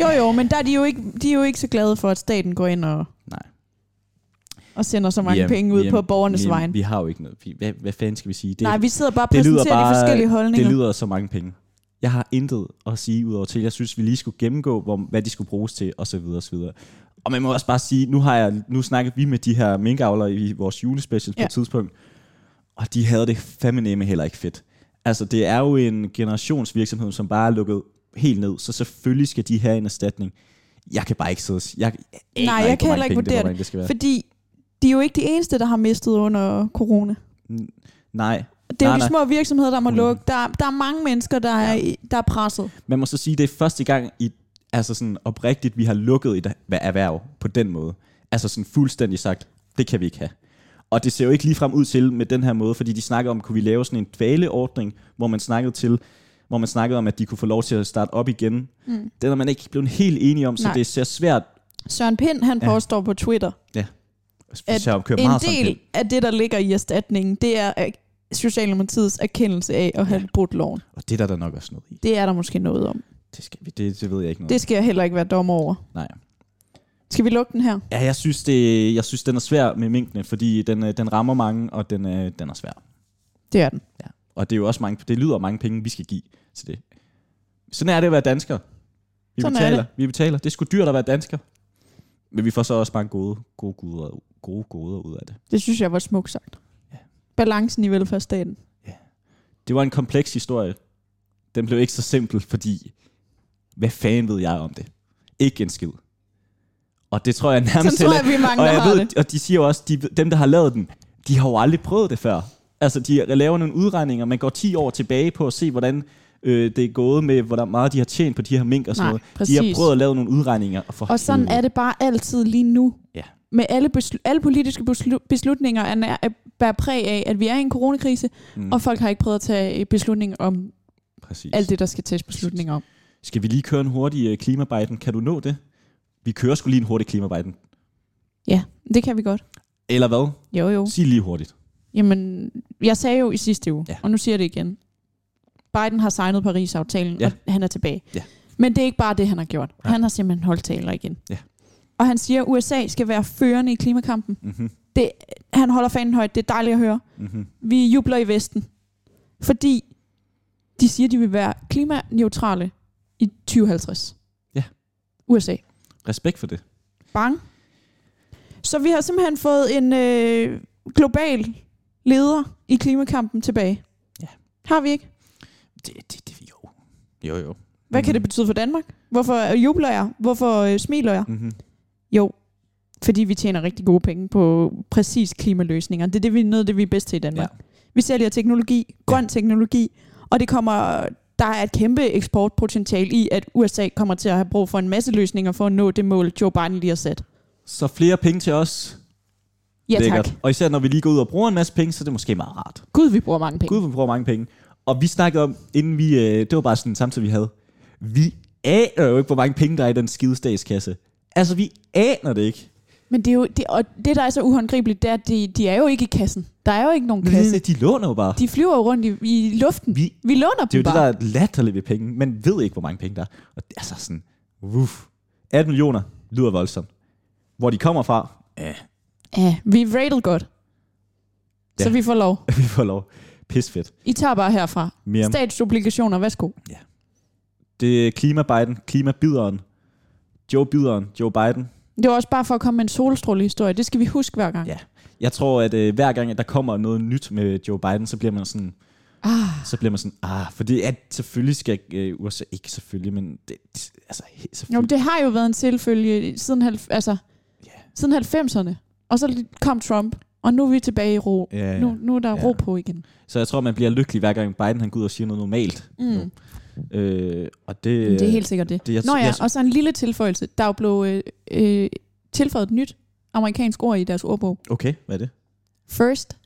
S1: Jo, jo, men der er de, jo ikke, de er jo ikke så glade for, at staten går ind og,
S2: Nej.
S1: og sender så mange
S2: Jamen,
S1: penge ud
S2: jamen,
S1: på borgernes
S2: vi,
S1: vejen.
S2: vi har jo ikke noget. Vi, hvad, hvad fanden skal vi sige? Det,
S1: Nej, vi sidder bare og
S2: det lyder
S1: præsenterer
S2: bare-
S1: de forskellige holdninger.
S2: Det lyder så mange penge. Jeg har intet at sige udover til. Jeg synes, vi lige skulle gennemgå, hvor, hvad de skulle bruges til, og så videre, og så videre. Og man må også bare sige, nu har jeg, nu snakkede vi med de her minkavlere i vores julespecial ja. på
S1: Ja.
S2: et tidspunkt, og de havde det fandme nemme heller ikke fedt. Altså, det er jo en generationsvirksomhed, som bare er lukket helt ned, så selvfølgelig skal de have en erstatning. Jeg kan bare ikke sidde og sige, jeg, jeg aner
S1: Nej, jeg
S2: ikke,
S1: kan
S2: hvor
S1: heller
S2: mange
S1: ikke vurdere
S2: penge, det, det. det skal være.
S1: Fordi de er jo ikke de eneste, der har mistet under corona.
S2: Nej,
S1: Det er jo
S2: Nej,
S1: de
S2: nej.
S1: små virksomheder, der må
S2: Mm.
S1: lukke. Der, der er mange mennesker, der, ja. er, der er presset.
S2: man må så sige, det er første gang i, altså sådan oprigtigt, vi har lukket et erhverv på den måde. Altså sådan fuldstændig sagt, det kan vi ikke have. Og det ser jo ikke ligefrem ud til med den her måde, fordi de snakker om, kunne vi lave sådan en dvaleordning, hvor man snakkede til, hvor man snakkede om, at de kunne få lov til at starte op igen. Mm. Den er man ikke blevet helt enige om, så
S1: Nej.
S2: det ser svært.
S1: Søren Pind, han
S2: Ja.
S1: ja. påstår på Twitter,
S2: At
S1: at
S2: jeg kører
S1: en
S2: meget sammen
S1: del af det, der ligger i erstatningen, det er øh, Socialdemokratiets erkendelse af at have
S2: Ja.
S1: brudt loven.
S2: Og det er der da nok også noget i.
S1: Det er der måske noget om.
S2: Det, skal vi, det, det ved jeg ikke noget
S1: Det skal jeg heller ikke være dom over.
S2: om. Nej.
S1: Skal vi lukke den her?
S2: Ja, jeg synes, det, jeg synes, den er svær med minkene, fordi den, øh, den rammer mange, og den, øh, den er svær.
S1: Det er den.
S2: Ja. Og det er jo også mange, det lyder mange penge, vi skal give til det. Sådan er det at være dansker. Vi
S1: Sådan er
S2: betaler,
S1: det.
S2: vi betaler. Det er sgu dyrt at være dansker. Men vi får så også mange gode, gode, goder, gode goder ud af det.
S1: Det synes jeg var smukt sagt.
S2: Ja.
S1: Balancen i velfærdsstaten.
S2: Det var en kompleks historie. Den blev ikke så simpel, fordi hvad fanden ved jeg om det? Ikke en skid. Og det tror jeg nærmest
S1: Sådan tror
S2: heller-
S1: jeg, vi er mange,
S2: og
S1: der
S2: jeg
S1: har
S2: ved,
S1: det.
S2: Og de siger jo også, de, dem der har lavet den, de har jo aldrig prøvet det før. Altså, de laver nogle udregninger, man går 10 år tilbage på at se, hvordan øh, det er gået med, hvor meget de har tjent på de her mink og sådan
S1: Nej,
S2: noget. De
S1: præcis.
S2: har prøvet at lave nogle udregninger. Og, for
S1: Og sådan
S2: helvede.
S1: er det bare altid lige nu.
S2: Ja.
S1: med alle, beslu- alle politiske beslu- beslutninger er nær- er- bærer præg af, at vi er i en coronakrise,
S2: Mm,
S1: mm. og folk har ikke prøvet at tage øh, beslutning om
S2: præcis.
S1: alt det, der skal tages beslutninger om.
S2: Skal vi lige køre en hurtig øh, klimabejden? Kan du nå det? Vi kører sgu lige en hurtig klimabejden.
S1: Ja, det kan vi godt.
S2: Eller hvad?
S1: Jo, jo.
S2: Sig lige hurtigt.
S1: Jamen, jeg sagde jo i sidste uge,
S2: Ja.
S1: ja. og nu siger jeg det igen. Biden har signet Paris-aftalen,
S2: Ja.
S1: ja. og han er tilbage.
S2: Ja.
S1: Men det er ikke bare det, han har gjort.
S2: Nej.
S1: Nej. Han har simpelthen holdt taler igen.
S2: Ja.
S1: Og han siger, at USA skal være førende i klimakampen.
S2: Mm-hmm.
S1: Det, han holder fanen højt. Det er dejligt at høre.
S2: Mm-hmm.
S1: Vi jubler i Vesten. Fordi de siger, de vil være klimaneutrale i 2050.
S2: Ja.
S1: USA.
S2: Respekt for det.
S1: Bang. Så vi har simpelthen fået en øh, global leder i klimakampen tilbage.
S2: Ja.
S1: Har vi ikke?
S2: Det, det, det jo. Jo, jo.
S1: Hvad
S2: Mm.
S1: mm. kan det betyde for Danmark? Hvorfor jubler jeg? Hvorfor øh, smiler jeg?
S2: Mm-hmm.
S1: Jo, fordi vi tjener rigtig gode penge på præcis klimaløsninger. Det er det, vi er noget af det, vi er bedst til i Danmark. Ja. Vi sælger teknologi, grøn ja. teknologi, og det kommer, der er et kæmpe eksportpotentiale i, at USA kommer til at have brug for en masse løsninger for at nå det mål, Joe Biden lige har sat.
S2: Så flere penge til os.
S1: Ja
S2: Lækkert.
S1: tak.
S2: Og især når vi lige går ud og bruger en masse penge, så er det måske meget rart.
S1: Gud, vi bruger mange penge.
S2: Gud, vi bruger mange penge. Og vi snakkede om, inden vi... Øh, det var bare sådan en samtale, vi havde. Vi aner jo ikke, hvor mange penge der er i den skide statskasse. Altså, vi aner det ikke.
S1: Men det er jo, det, og det der er så uhåndgribeligt, det er, at de, de er jo ikke i kassen. Der er jo ikke nogen kasse.
S2: Men de låner jo bare.
S1: altså, De flyver jo rundt i, i luften.
S2: Vi-
S1: Vi, vi låner
S2: Det er
S1: dem
S2: jo
S1: bare.
S2: det, der er latterligt ved penge. Man ved ikke, hvor mange penge der er. Og det er så sådan, uff. 18 millioner lyder voldsomt. Hvor de kommer fra, øh,
S1: Ja, vi er rated godt. Ja. Så
S2: Ja.
S1: vi får lov.
S2: vi får lov. Pis fedt.
S1: I tager bare herfra.
S2: Miriam,
S1: Statsobligationer, værsgo.
S2: det er klima Biden, klima Bideren, Joe Bideren, Joe Biden.
S1: Det var også bare for at komme med en solstrålehistorie. Det skal vi huske hver gang.
S2: Ja. Jeg tror, at øh, hver gang, at der kommer noget nyt med Joe Biden, så bliver man sådan,
S1: Ah,
S2: så bliver man sådan, ah, for det er selvfølgelig skal øh, USA, ikke selvfølgelig, men det, altså, he-
S1: jo,
S2: selvfølgelig.
S1: det har jo været en selvfølge siden, halv, altså,
S2: Ja.
S1: siden 90'erne. Og så kom Trump, og nu er vi tilbage i ro.
S2: Ja, ja.
S1: Nu, nu er der
S2: Ja.
S1: ro på igen.
S2: Så jeg tror, man bliver lykkelig, hver gang Biden han går ud og siger noget normalt.
S1: Mm.
S2: Øh, og det,
S1: Det er helt sikkert det.
S2: det jeg,
S1: Nå ja,
S2: jeg,
S1: og så en lille tilføjelse. Der er jo blevet øh, øh, tilføjet et nyt amerikansk ord i deres ordbog.
S2: Okay, hvad er det?
S1: First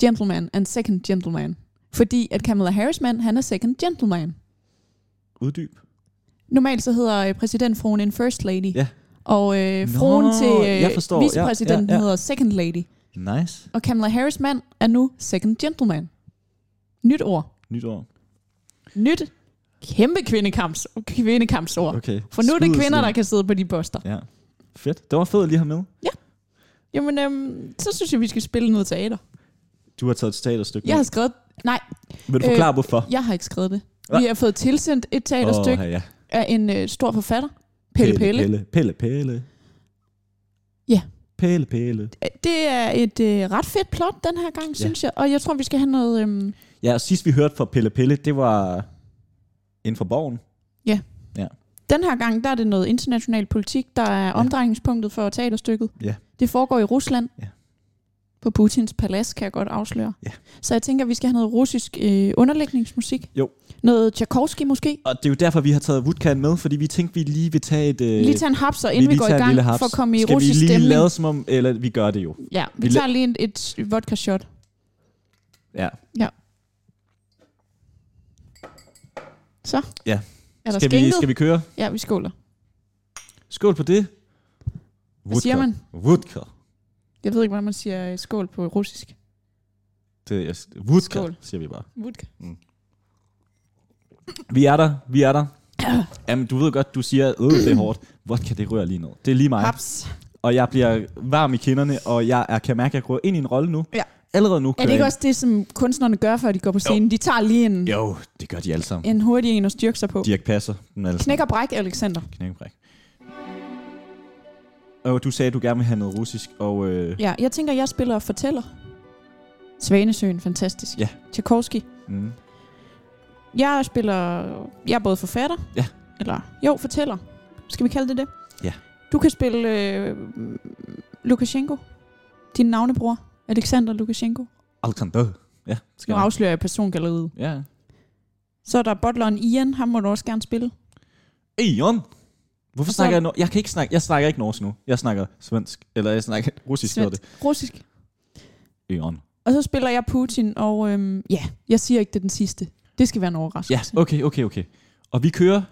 S1: gentleman and second gentleman. Fordi at Kamala Harris mand, han er second gentleman.
S2: Uddyb.
S1: Normalt så hedder øh, præsidentfruen en first lady.
S2: Ja.
S1: Og øh, fruen
S2: Nå,
S1: til
S2: jeg forstår.
S1: øh, vicepræsidenten
S2: Ja, ja, ja.
S1: hedder second lady.
S2: Nice.
S1: Og Kamala Harris mand er nu second gentleman. Nyt ord.
S2: Nyt år.
S1: Nyt kæmpe kvindekamps, kvindekampsord.
S2: Okay.
S1: For nu er det
S2: Skud
S1: kvinder,
S2: til
S1: der
S2: dem.
S1: kan sidde på de poster.
S2: Ja. Fedt. Det var fedt at lige have med.
S1: Jamen, øhm, så synes jeg, vi skal spille noget teater.
S2: Du har taget et teaterstykke
S1: Jeg øh, har
S2: med.
S1: skrevet... Nej,
S2: Vil du forklare, hvorfor?
S1: jeg har ikke skrevet det.
S2: Hva?
S1: Vi har fået tilsendt et teaterstykke
S2: Åh, ja.
S1: af en øh, stor forfatter, Pelle Pelle.
S2: Pelle, Pelle. Pelle.
S1: Ja.
S2: Pelle, Pelle.
S1: Det er et øh, ret fedt plot den her gang, ja. synes jeg. Og jeg tror, vi skal have noget... Øhm,
S2: Ja, og sidst vi hørte fra Pelle Pelle, det var inden for borgen.
S1: den her gang, der er det noget international politik, der er omdrejningspunktet for teaterstykket.
S2: Ja.
S1: Det foregår i Rusland.
S2: Ja.
S1: På Putins palads, kan jeg godt afsløre.
S2: Ja.
S1: Så jeg tænker, vi skal have noget russisk øh, underlægningsmusik.
S2: Jo. Øh,
S1: Noget Tchaikovsky måske.
S2: Og det er jo derfor, vi har taget Woodcan med, fordi vi tænkte, vi lige vil tage et... Øh,
S1: Øh, lige tage en hapser, inden vi,
S2: lige
S1: går i
S2: tager en
S1: gang,
S2: lille haps.
S1: for at komme i
S2: Skal
S1: russisk
S2: vi lige
S1: stemning.
S2: lade som om... Eller vi gør det jo.
S1: Ja, vi,
S2: Vi la-
S1: tager lige en, et vodka shot.
S2: Ja.
S1: Så.
S2: Ja.
S1: Er der
S2: Skal
S1: skænket?
S2: vi, skal vi køre?
S1: Ja, vi skåler.
S2: Skål på det.
S1: Hvad siger man?
S2: Woodker.
S1: Jeg ved ikke, hvordan man siger øh, skål på russisk.
S2: Det er Woodka,
S1: Skål.
S2: siger vi bare.
S1: Vodka.
S2: Vi er der, vi er der. Jamen, du ved godt, du siger, øh, det er hårdt. Vodka, det rører lige ned. Det er lige mig.
S1: Haps.
S2: Og jeg bliver varm i kinderne, og jeg er, kan mærke, at jeg går ind i en rolle nu.
S1: Ja.
S2: Allerede nu.
S1: Er det ikke også det, som kunstnerne gør, før de går på scenen? Jo. De tager lige en,
S2: Jo, det gør de alle sammen.
S1: en hurtig en og styrker sig på.
S2: Dirk Passer, den alle
S1: Knæk og bræk, Alexander.
S2: knækkebræk. Og du sagde, at du gerne vil have noget russisk, og øh,
S1: Ja, jeg tænker, jeg spiller og fortæller. Svanesøen, fantastisk.
S2: Ja.
S1: Tchaikovsky.
S2: mm,
S1: Jeg spiller... Jeg er både forfatter.
S2: Ja.
S1: Eller... Jo, fortæller. Skal vi kalde det det?
S2: Ja.
S1: Du kan spille øh, Lukashenko. Din navnebror. Alexander Lukashenko.
S2: Alexander. Ja, skal
S1: Nu
S2: jeg.
S1: afslører jeg persongalleriet.
S2: Ja.
S1: Så er der Butleren Ian. Ham må du også gerne spille.
S2: Eon. Hvorfor
S1: Og så-
S2: snakker jeg no- Jeg kan ikke snakke, jeg snakker ikke norsk nu. Jeg snakker svensk, eller jeg snakker russisk, hedder det.
S1: Russisk.
S2: Eon.
S1: Og så spiller jeg Putin, og øhm, ja, jeg siger ikke, det er den sidste. Det skal være en
S2: Ja,
S1: overraskelse.
S2: okay, okay, okay. Og vi kører.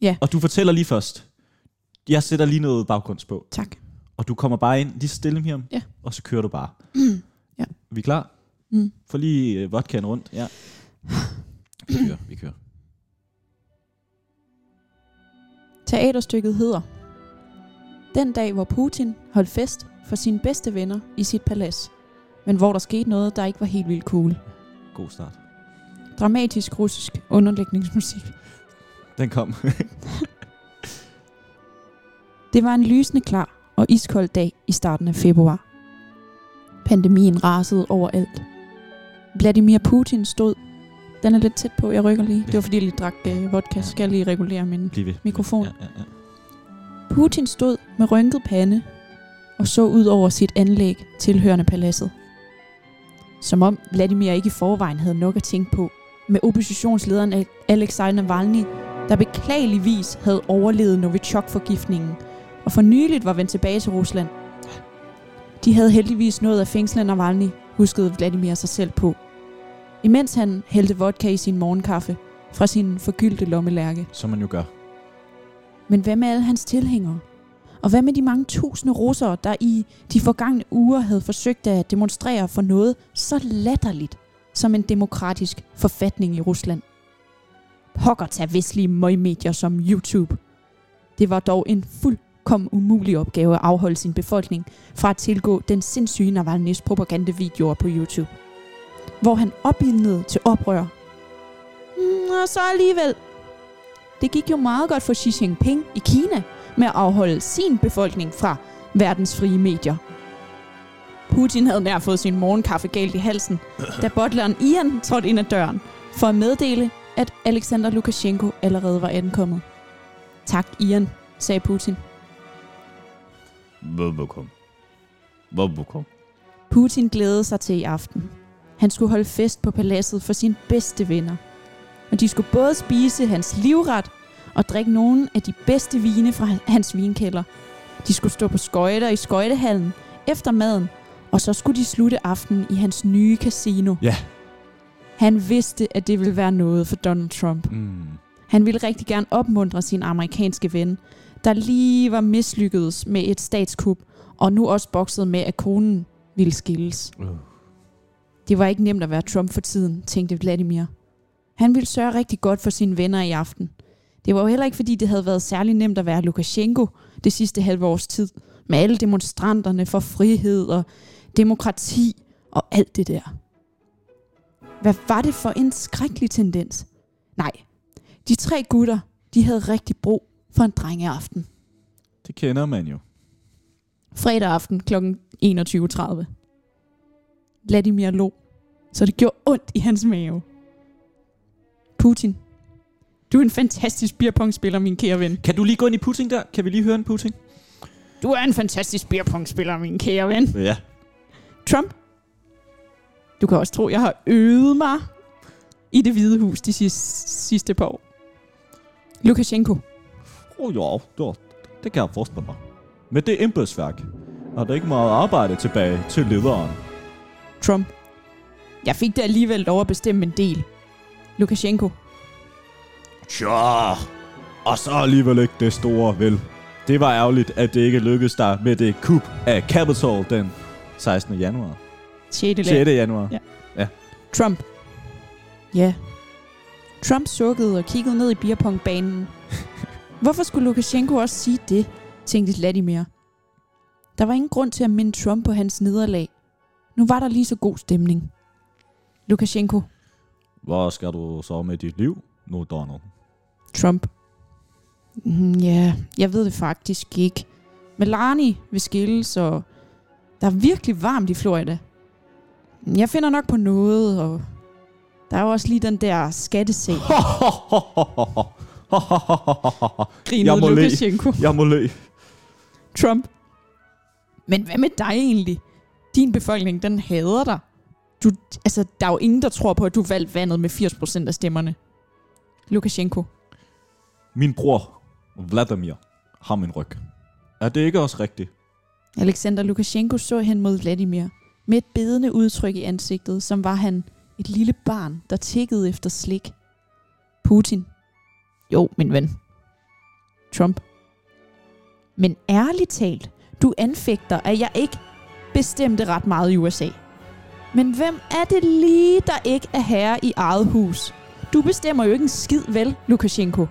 S1: Ja.
S2: Og du fortæller lige først. Jeg sætter lige noget baggrunds på.
S1: Tak.
S2: Og du kommer bare ind lige stille her,
S1: Ja.
S2: og så kører du bare.
S1: Ja.
S2: Vi er klar?
S1: Mm.
S2: Få lige øh, vodkaen rundt. Ja. Vi kører, vi kører.
S1: Teaterstykket hedder Den dag, hvor Putin holdt fest for sine bedste venner i sit palads, men hvor der skete noget, der ikke var helt vildt cool.
S2: God start.
S1: Dramatisk russisk underlægningsmusik.
S2: Den kom.
S1: Det var en lysende klar og iskold dag i starten af februar. Pandemien rasede overalt. Vladimir Putin stod... Den er lidt tæt på, jeg rykker lige. Det var fordi, jeg lige drak øh, vodka, så skal jeg lige regulere min...
S2: Bliv ved.
S1: Mikrofon.
S2: Ja, ja, ja.
S1: Putin stod med rynket pande og så ud over sit anlæg tilhørende paladset. Som om Vladimir ikke i forvejen havde nok at tænke på med oppositionslederen Al- Alexej Navalny, der beklageligvis havde overlevet Novichok-forgiftningen og for nyligt var vendt tilbage til Rusland. De havde heldigvis nået at fængsle Navalny, huskede Vladimir sig selv på. Imens han hældte vodka i sin morgenkaffe fra sin forgyldte lommelærke.
S2: Som man jo gør.
S1: Men hvad med alle hans tilhængere? Og hvad med de mange tusinde russere, der i de forgangne uger havde forsøgt at demonstrere for noget så latterligt som en demokratisk forfatning i Rusland? Pokker tage vestlige møgmedier som YouTube. Det var dog en fuldkommen umulig opgave at afholde sin befolkning fra at tilgå den sindssyge Navalny's propagandavideoer på YouTube. Hvor han opildnede til oprør. Mm, og så alligevel, det gik jo meget godt for Xi Jinping i Kina med at afholde sin befolkning fra verdens frie medier. Putin havde nær fået sin morgenkaffe galt i halsen, da butleren Ian trådte ind ad døren for at meddele, at Alexander Lukashenko allerede var ankommet. Tak, Ian, sagde Putin.
S2: Velbekomme. Velbekomme.
S1: Putin glædede sig til i aften. Han skulle holde fest på paladset for sine bedste venner. Og de skulle både spise hans livret og drikke nogle af de bedste vine fra hans vinkælder. De skulle stå på skøjter i skøjtehallen efter maden, og så skulle de slutte aftenen i hans nye casino.
S2: Ja.
S1: Han vidste, at det ville være noget for Donald Trump.
S2: Mm.
S1: Han ville rigtig gerne opmuntre sin amerikanske ven, der lige var mislykkedes med et statskup, og nu også boksede med, at konen ville skilles.
S2: Uh.
S1: Det var ikke nemt at være Trump for tiden, tænkte Vladimir. Han ville sørge rigtig godt for sine venner i aften. Det var jo heller ikke, fordi det havde været særlig nemt at være Lukashenko det sidste halve års tid, med alle demonstranterne for frihed og demokrati og alt det der. Hvad var det for en skrækkelig tendens? Nej, de tre gutter, de havde rigtig brug for en drengeaften.
S2: Det kender man jo.
S1: Fredag aften kl. 21.30. Vladimir lå, så det gjorde ondt i hans mave. Putin. Du er en fantastisk beerpongspiller, min kære ven.
S2: Kan du lige gå ind i Putin der? Kan vi lige høre en Putin?
S1: Du er en fantastisk beerpongspiller, min kære ven.
S2: Ja.
S1: Trump. Du kan også tro, jeg har øvet mig i det hvide hus de sidste, sidste par år. Lukashenko.
S2: Oh, jo, jo, det kan jeg forestille mig. Med det embedsværk har der ikke meget arbejde tilbage til lederen.
S1: Trump. Jeg fik da alligevel lov at bestemme en del. Lukashenko.
S2: Tja, og så alligevel ikke det store, vel? Det var ærgerligt, at det ikke lykkedes dig med det kup af Capitol den 16. januar.
S1: 6.
S2: 6. januar.
S1: Ja. Trump. Ja. Trump sukkede og kiggede ned i beerpongbanen. Hvorfor skulle Lukashenko også sige det, tænkte Vladimir. Der var ingen grund til at minde Trump på hans nederlag. Nu var der lige så god stemning. Lukashenko.
S2: Hvor skal du så med dit liv nu, Donald?
S1: Trump. Mm, ja, jeg ved det faktisk ikke. Melani vil skilles, og der er virkelig varmt i Florida. Jeg finder nok på noget, og der er jo også lige den der skattesag.
S2: Jeg må
S1: Grinede
S2: le.
S1: Lukashenko.
S2: Jeg må le.
S1: Trump. Men hvad med dig egentlig? Din befolkning, den hader dig. Du, altså, der er jo ingen, der tror på, at du valgte vandet med 80% af stemmerne. Lukashenko.
S2: Min bror Vladimir har min ryg. Er det ikke også rigtigt?
S1: Alexander Lukashenko så hen mod Vladimir med et bedende udtryk i ansigtet, som var han et lille barn, der tikkede efter slik. Putin. Jo, min ven. Trump. Men ærligt talt, du anfægter, at jeg ikke bestemte ret meget i USA. Men hvem er det lige, der ikke er herre i eget hus? Du bestemmer jo ikke en skid, vel, Lukashenko?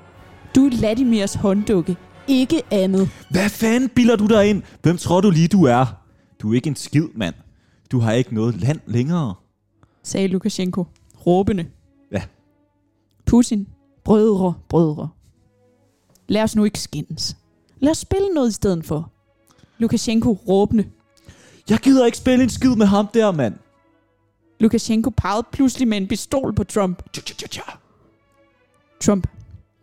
S1: Du er Vladimirs hånddukke, ikke andet.
S2: Hvad fanden bilder du dig ind? Hvem tror du lige, du er? Du er ikke en skid, mand. Du har ikke noget land længere.
S1: sagde Lukashenko, råbende.
S2: Ja.
S1: Putin, brødre, brødre. Lad os nu ikke skændes. Lad os spille noget i stedet for. Lukashenko råbende.
S2: Jeg gider ikke spille en skid med ham der, mand.
S1: Lukashenko pegede pludselig med en pistol på Trump.
S2: Tja, tja, tja, tja.
S1: Trump,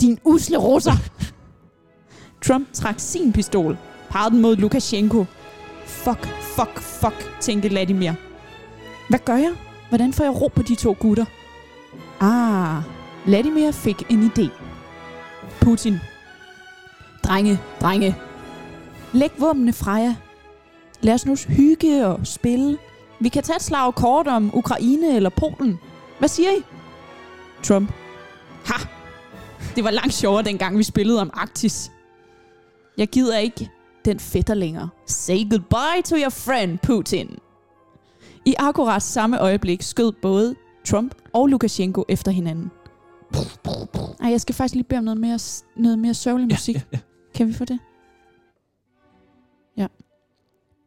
S1: din usle russer! Trump trak sin pistol, pegede den mod Lukashenko. Fuck, fuck, fuck, tænkte Vladimir. Hvad gør jeg? Hvordan får jeg ro på de to gutter? Ah, Vladimir fik en idé. Putin. Drenge, drenge. Læg våbnene fra jer. Lad os nu hygge og spille. Vi kan tage et slag kort om Ukraine eller Polen. Hvad siger I? Trump. Ha! Det var langt sjovere, dengang vi spillede om Arktis. Jeg gider ikke den fætter længere. Say goodbye to your friend, Putin. I akkurat samme øjeblik skød både Trump og Lukashenko efter hinanden. Ej, jeg skal faktisk lige bede om noget mere, noget mere sørgelig musik. Kan vi få det? Ja.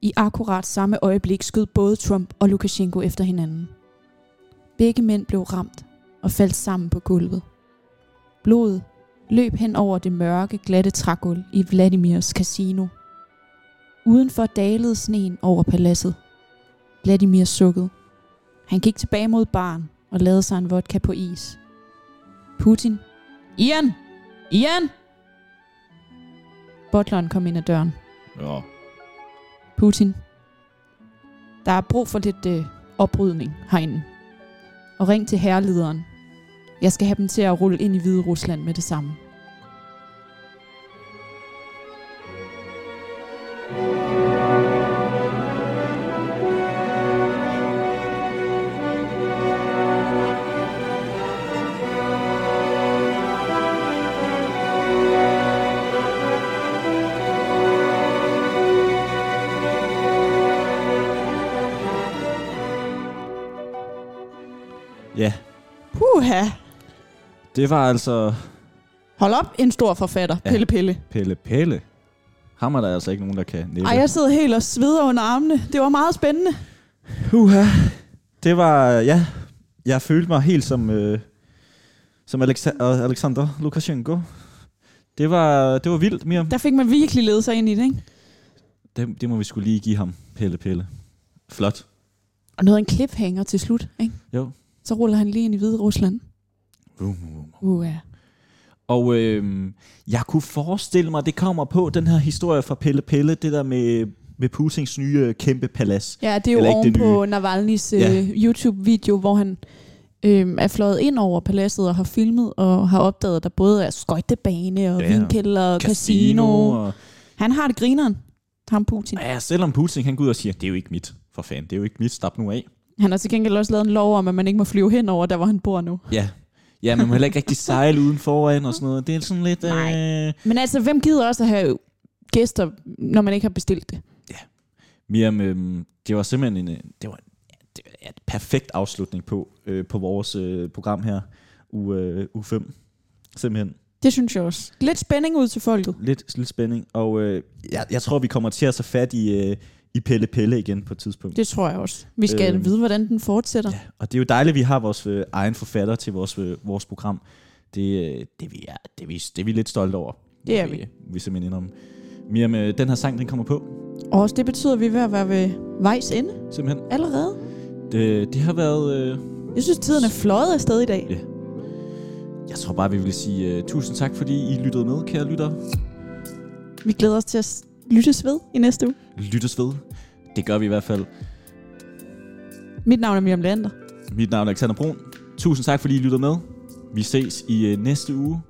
S1: I akkurat samme øjeblik skød både Trump og Lukashenko efter hinanden. Begge mænd blev ramt og faldt sammen på gulvet. Blodet løb hen over det mørke, glatte trægulv i Vladimirs casino. Udenfor dalede sneen over paladset. Vladimir sukkede. Han gik tilbage mod baren og lavede sig en vodka på is. Putin. Ian! Ian! Butleren kom ind ad døren.
S2: Ja.
S1: Putin. Der er brug for lidt øh, oprydning herinde. Og ring til herrelederen. Jeg skal have dem til at rulle ind i Hvide Rusland med det samme.
S2: ja,
S1: Puha!
S2: det var altså
S1: Hold op, en stor forfatter.
S2: Ja.
S1: Pille, pille.
S2: Pelle Pelle. Ham er der altså ikke nogen, der kan næppe.
S1: Ej, jeg sidder helt og sveder under armene. Det var meget spændende.
S2: Uha. Det var, ja, jeg følte mig helt som, øh, som Alexa- øh, Alexander Lukashenko. Det var, det var vildt, Miriam.
S1: Der fik man virkelig ledet sig ind i det, ikke?
S2: Det, det må vi skulle lige give ham, Pelle Pelle. Flot.
S1: Og noget af en cliffhanger til slut, ikke?
S2: Jo.
S1: Så ruller han lige ind i Hvide Rusland.
S2: Vroom, vroom.
S1: Uha.
S2: Og øh, jeg kunne forestille mig, det kommer på den her historie fra Pelle Pelle, det der med, med Putins nye øh, kæmpe palads.
S1: Ja, det er jo
S2: Eller ikke
S1: oven
S2: det
S1: på Navalny's øh,
S2: Ja.
S1: YouTube-video, hvor han øh, er fløjet ind over paladset og har filmet og har opdaget, at der både er skøjtebane og
S2: Ja,
S1: ja,
S2: og
S1: vinkælder og casino. casino.
S2: og,
S1: Han har det grineren, ham Putin.
S2: ja, selvom Putin han går ud og siger, det er jo ikke mit, for fanden, det er jo ikke mit, stop nu af.
S1: Han har til gengæld også lavet en lov om, at man ikke må flyve hen over, der hvor han bor nu.
S2: Ja. Ja, man må heller ikke rigtig sejle uden foran og sådan noget. Det er sådan lidt...
S1: Nej.
S2: Øh...
S1: Men altså, hvem gider også at have gæster, når man ikke har bestilt det?
S2: Miriam, øh, det var simpelthen en, øh, det var, en- det var et perfekt afslutning på, øh, på vores øh, program her, u, øh, u 5. Simpelthen.
S1: Det synes jeg også. Lidt spænding ud til folket.
S2: Lidt, lidt spænding, og øh, jeg, jeg tror, vi kommer til at så fat i, øh, i Pelle Pelle igen på et tidspunkt.
S1: Det tror jeg også. Vi skal
S2: Øhm.
S1: øh, vide, hvordan den fortsætter. Ja.
S2: Ja, og det er jo dejligt, at vi har vores øh, egen forfatter til vores, øh, vores program. Det, øh, det, vi er, det, vi, det er vi lidt stolte over.
S1: Det er vi.
S2: Vi er simpelthen indrømme. Miriam, øh, den her sang, den kommer på,
S1: Og også det betyder, at vi er ved at være ved vejs ende
S2: simpelthen.
S1: allerede.
S2: Det, det har været... Øh,
S1: Jeg synes, tiden er fløjet afsted i dag.
S2: jeg tror bare, vi vil sige uh, tusind tak, fordi I lyttede med, kære lytter.
S1: Vi glæder os til at s- lyttes ved i næste uge.
S2: Lyttes ved. Det gør vi i hvert fald.
S1: Mit navn er Miriam Lander.
S2: Mit navn er Alexander Brun. øh, Tusind tak, fordi I lyttede med. Vi ses i uh, næste uge.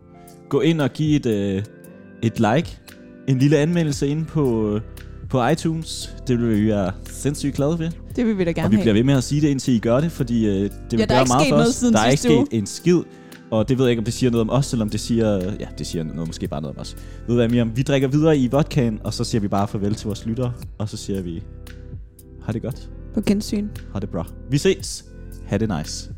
S2: Gå ind og giv et, uh, et like, en lille anmeldelse inde på, øh, på iTunes. Det vil vi være sindssygt glade ved.
S1: Det vil vi da gerne
S2: Og vi bliver
S1: have.
S2: ved med at sige det, indtil I gør det, fordi øh, det vil
S1: der er
S2: gøre
S1: ikke
S2: meget
S1: sket
S2: for os.
S1: noget siden
S2: der er ikke
S1: sidste
S2: sket
S1: uge.
S2: en skid, og det ved jeg ikke, om det siger noget om os, eller om det siger... øh, Ja, det siger noget, måske bare noget om os. Ved du hvad, Miriam? Vi drikker videre i vodkaen, og så siger vi bare farvel til vores lyttere, og så siger vi... Har det godt.
S1: På gensyn.
S2: Har det bra. Vi ses. Ha' det nice.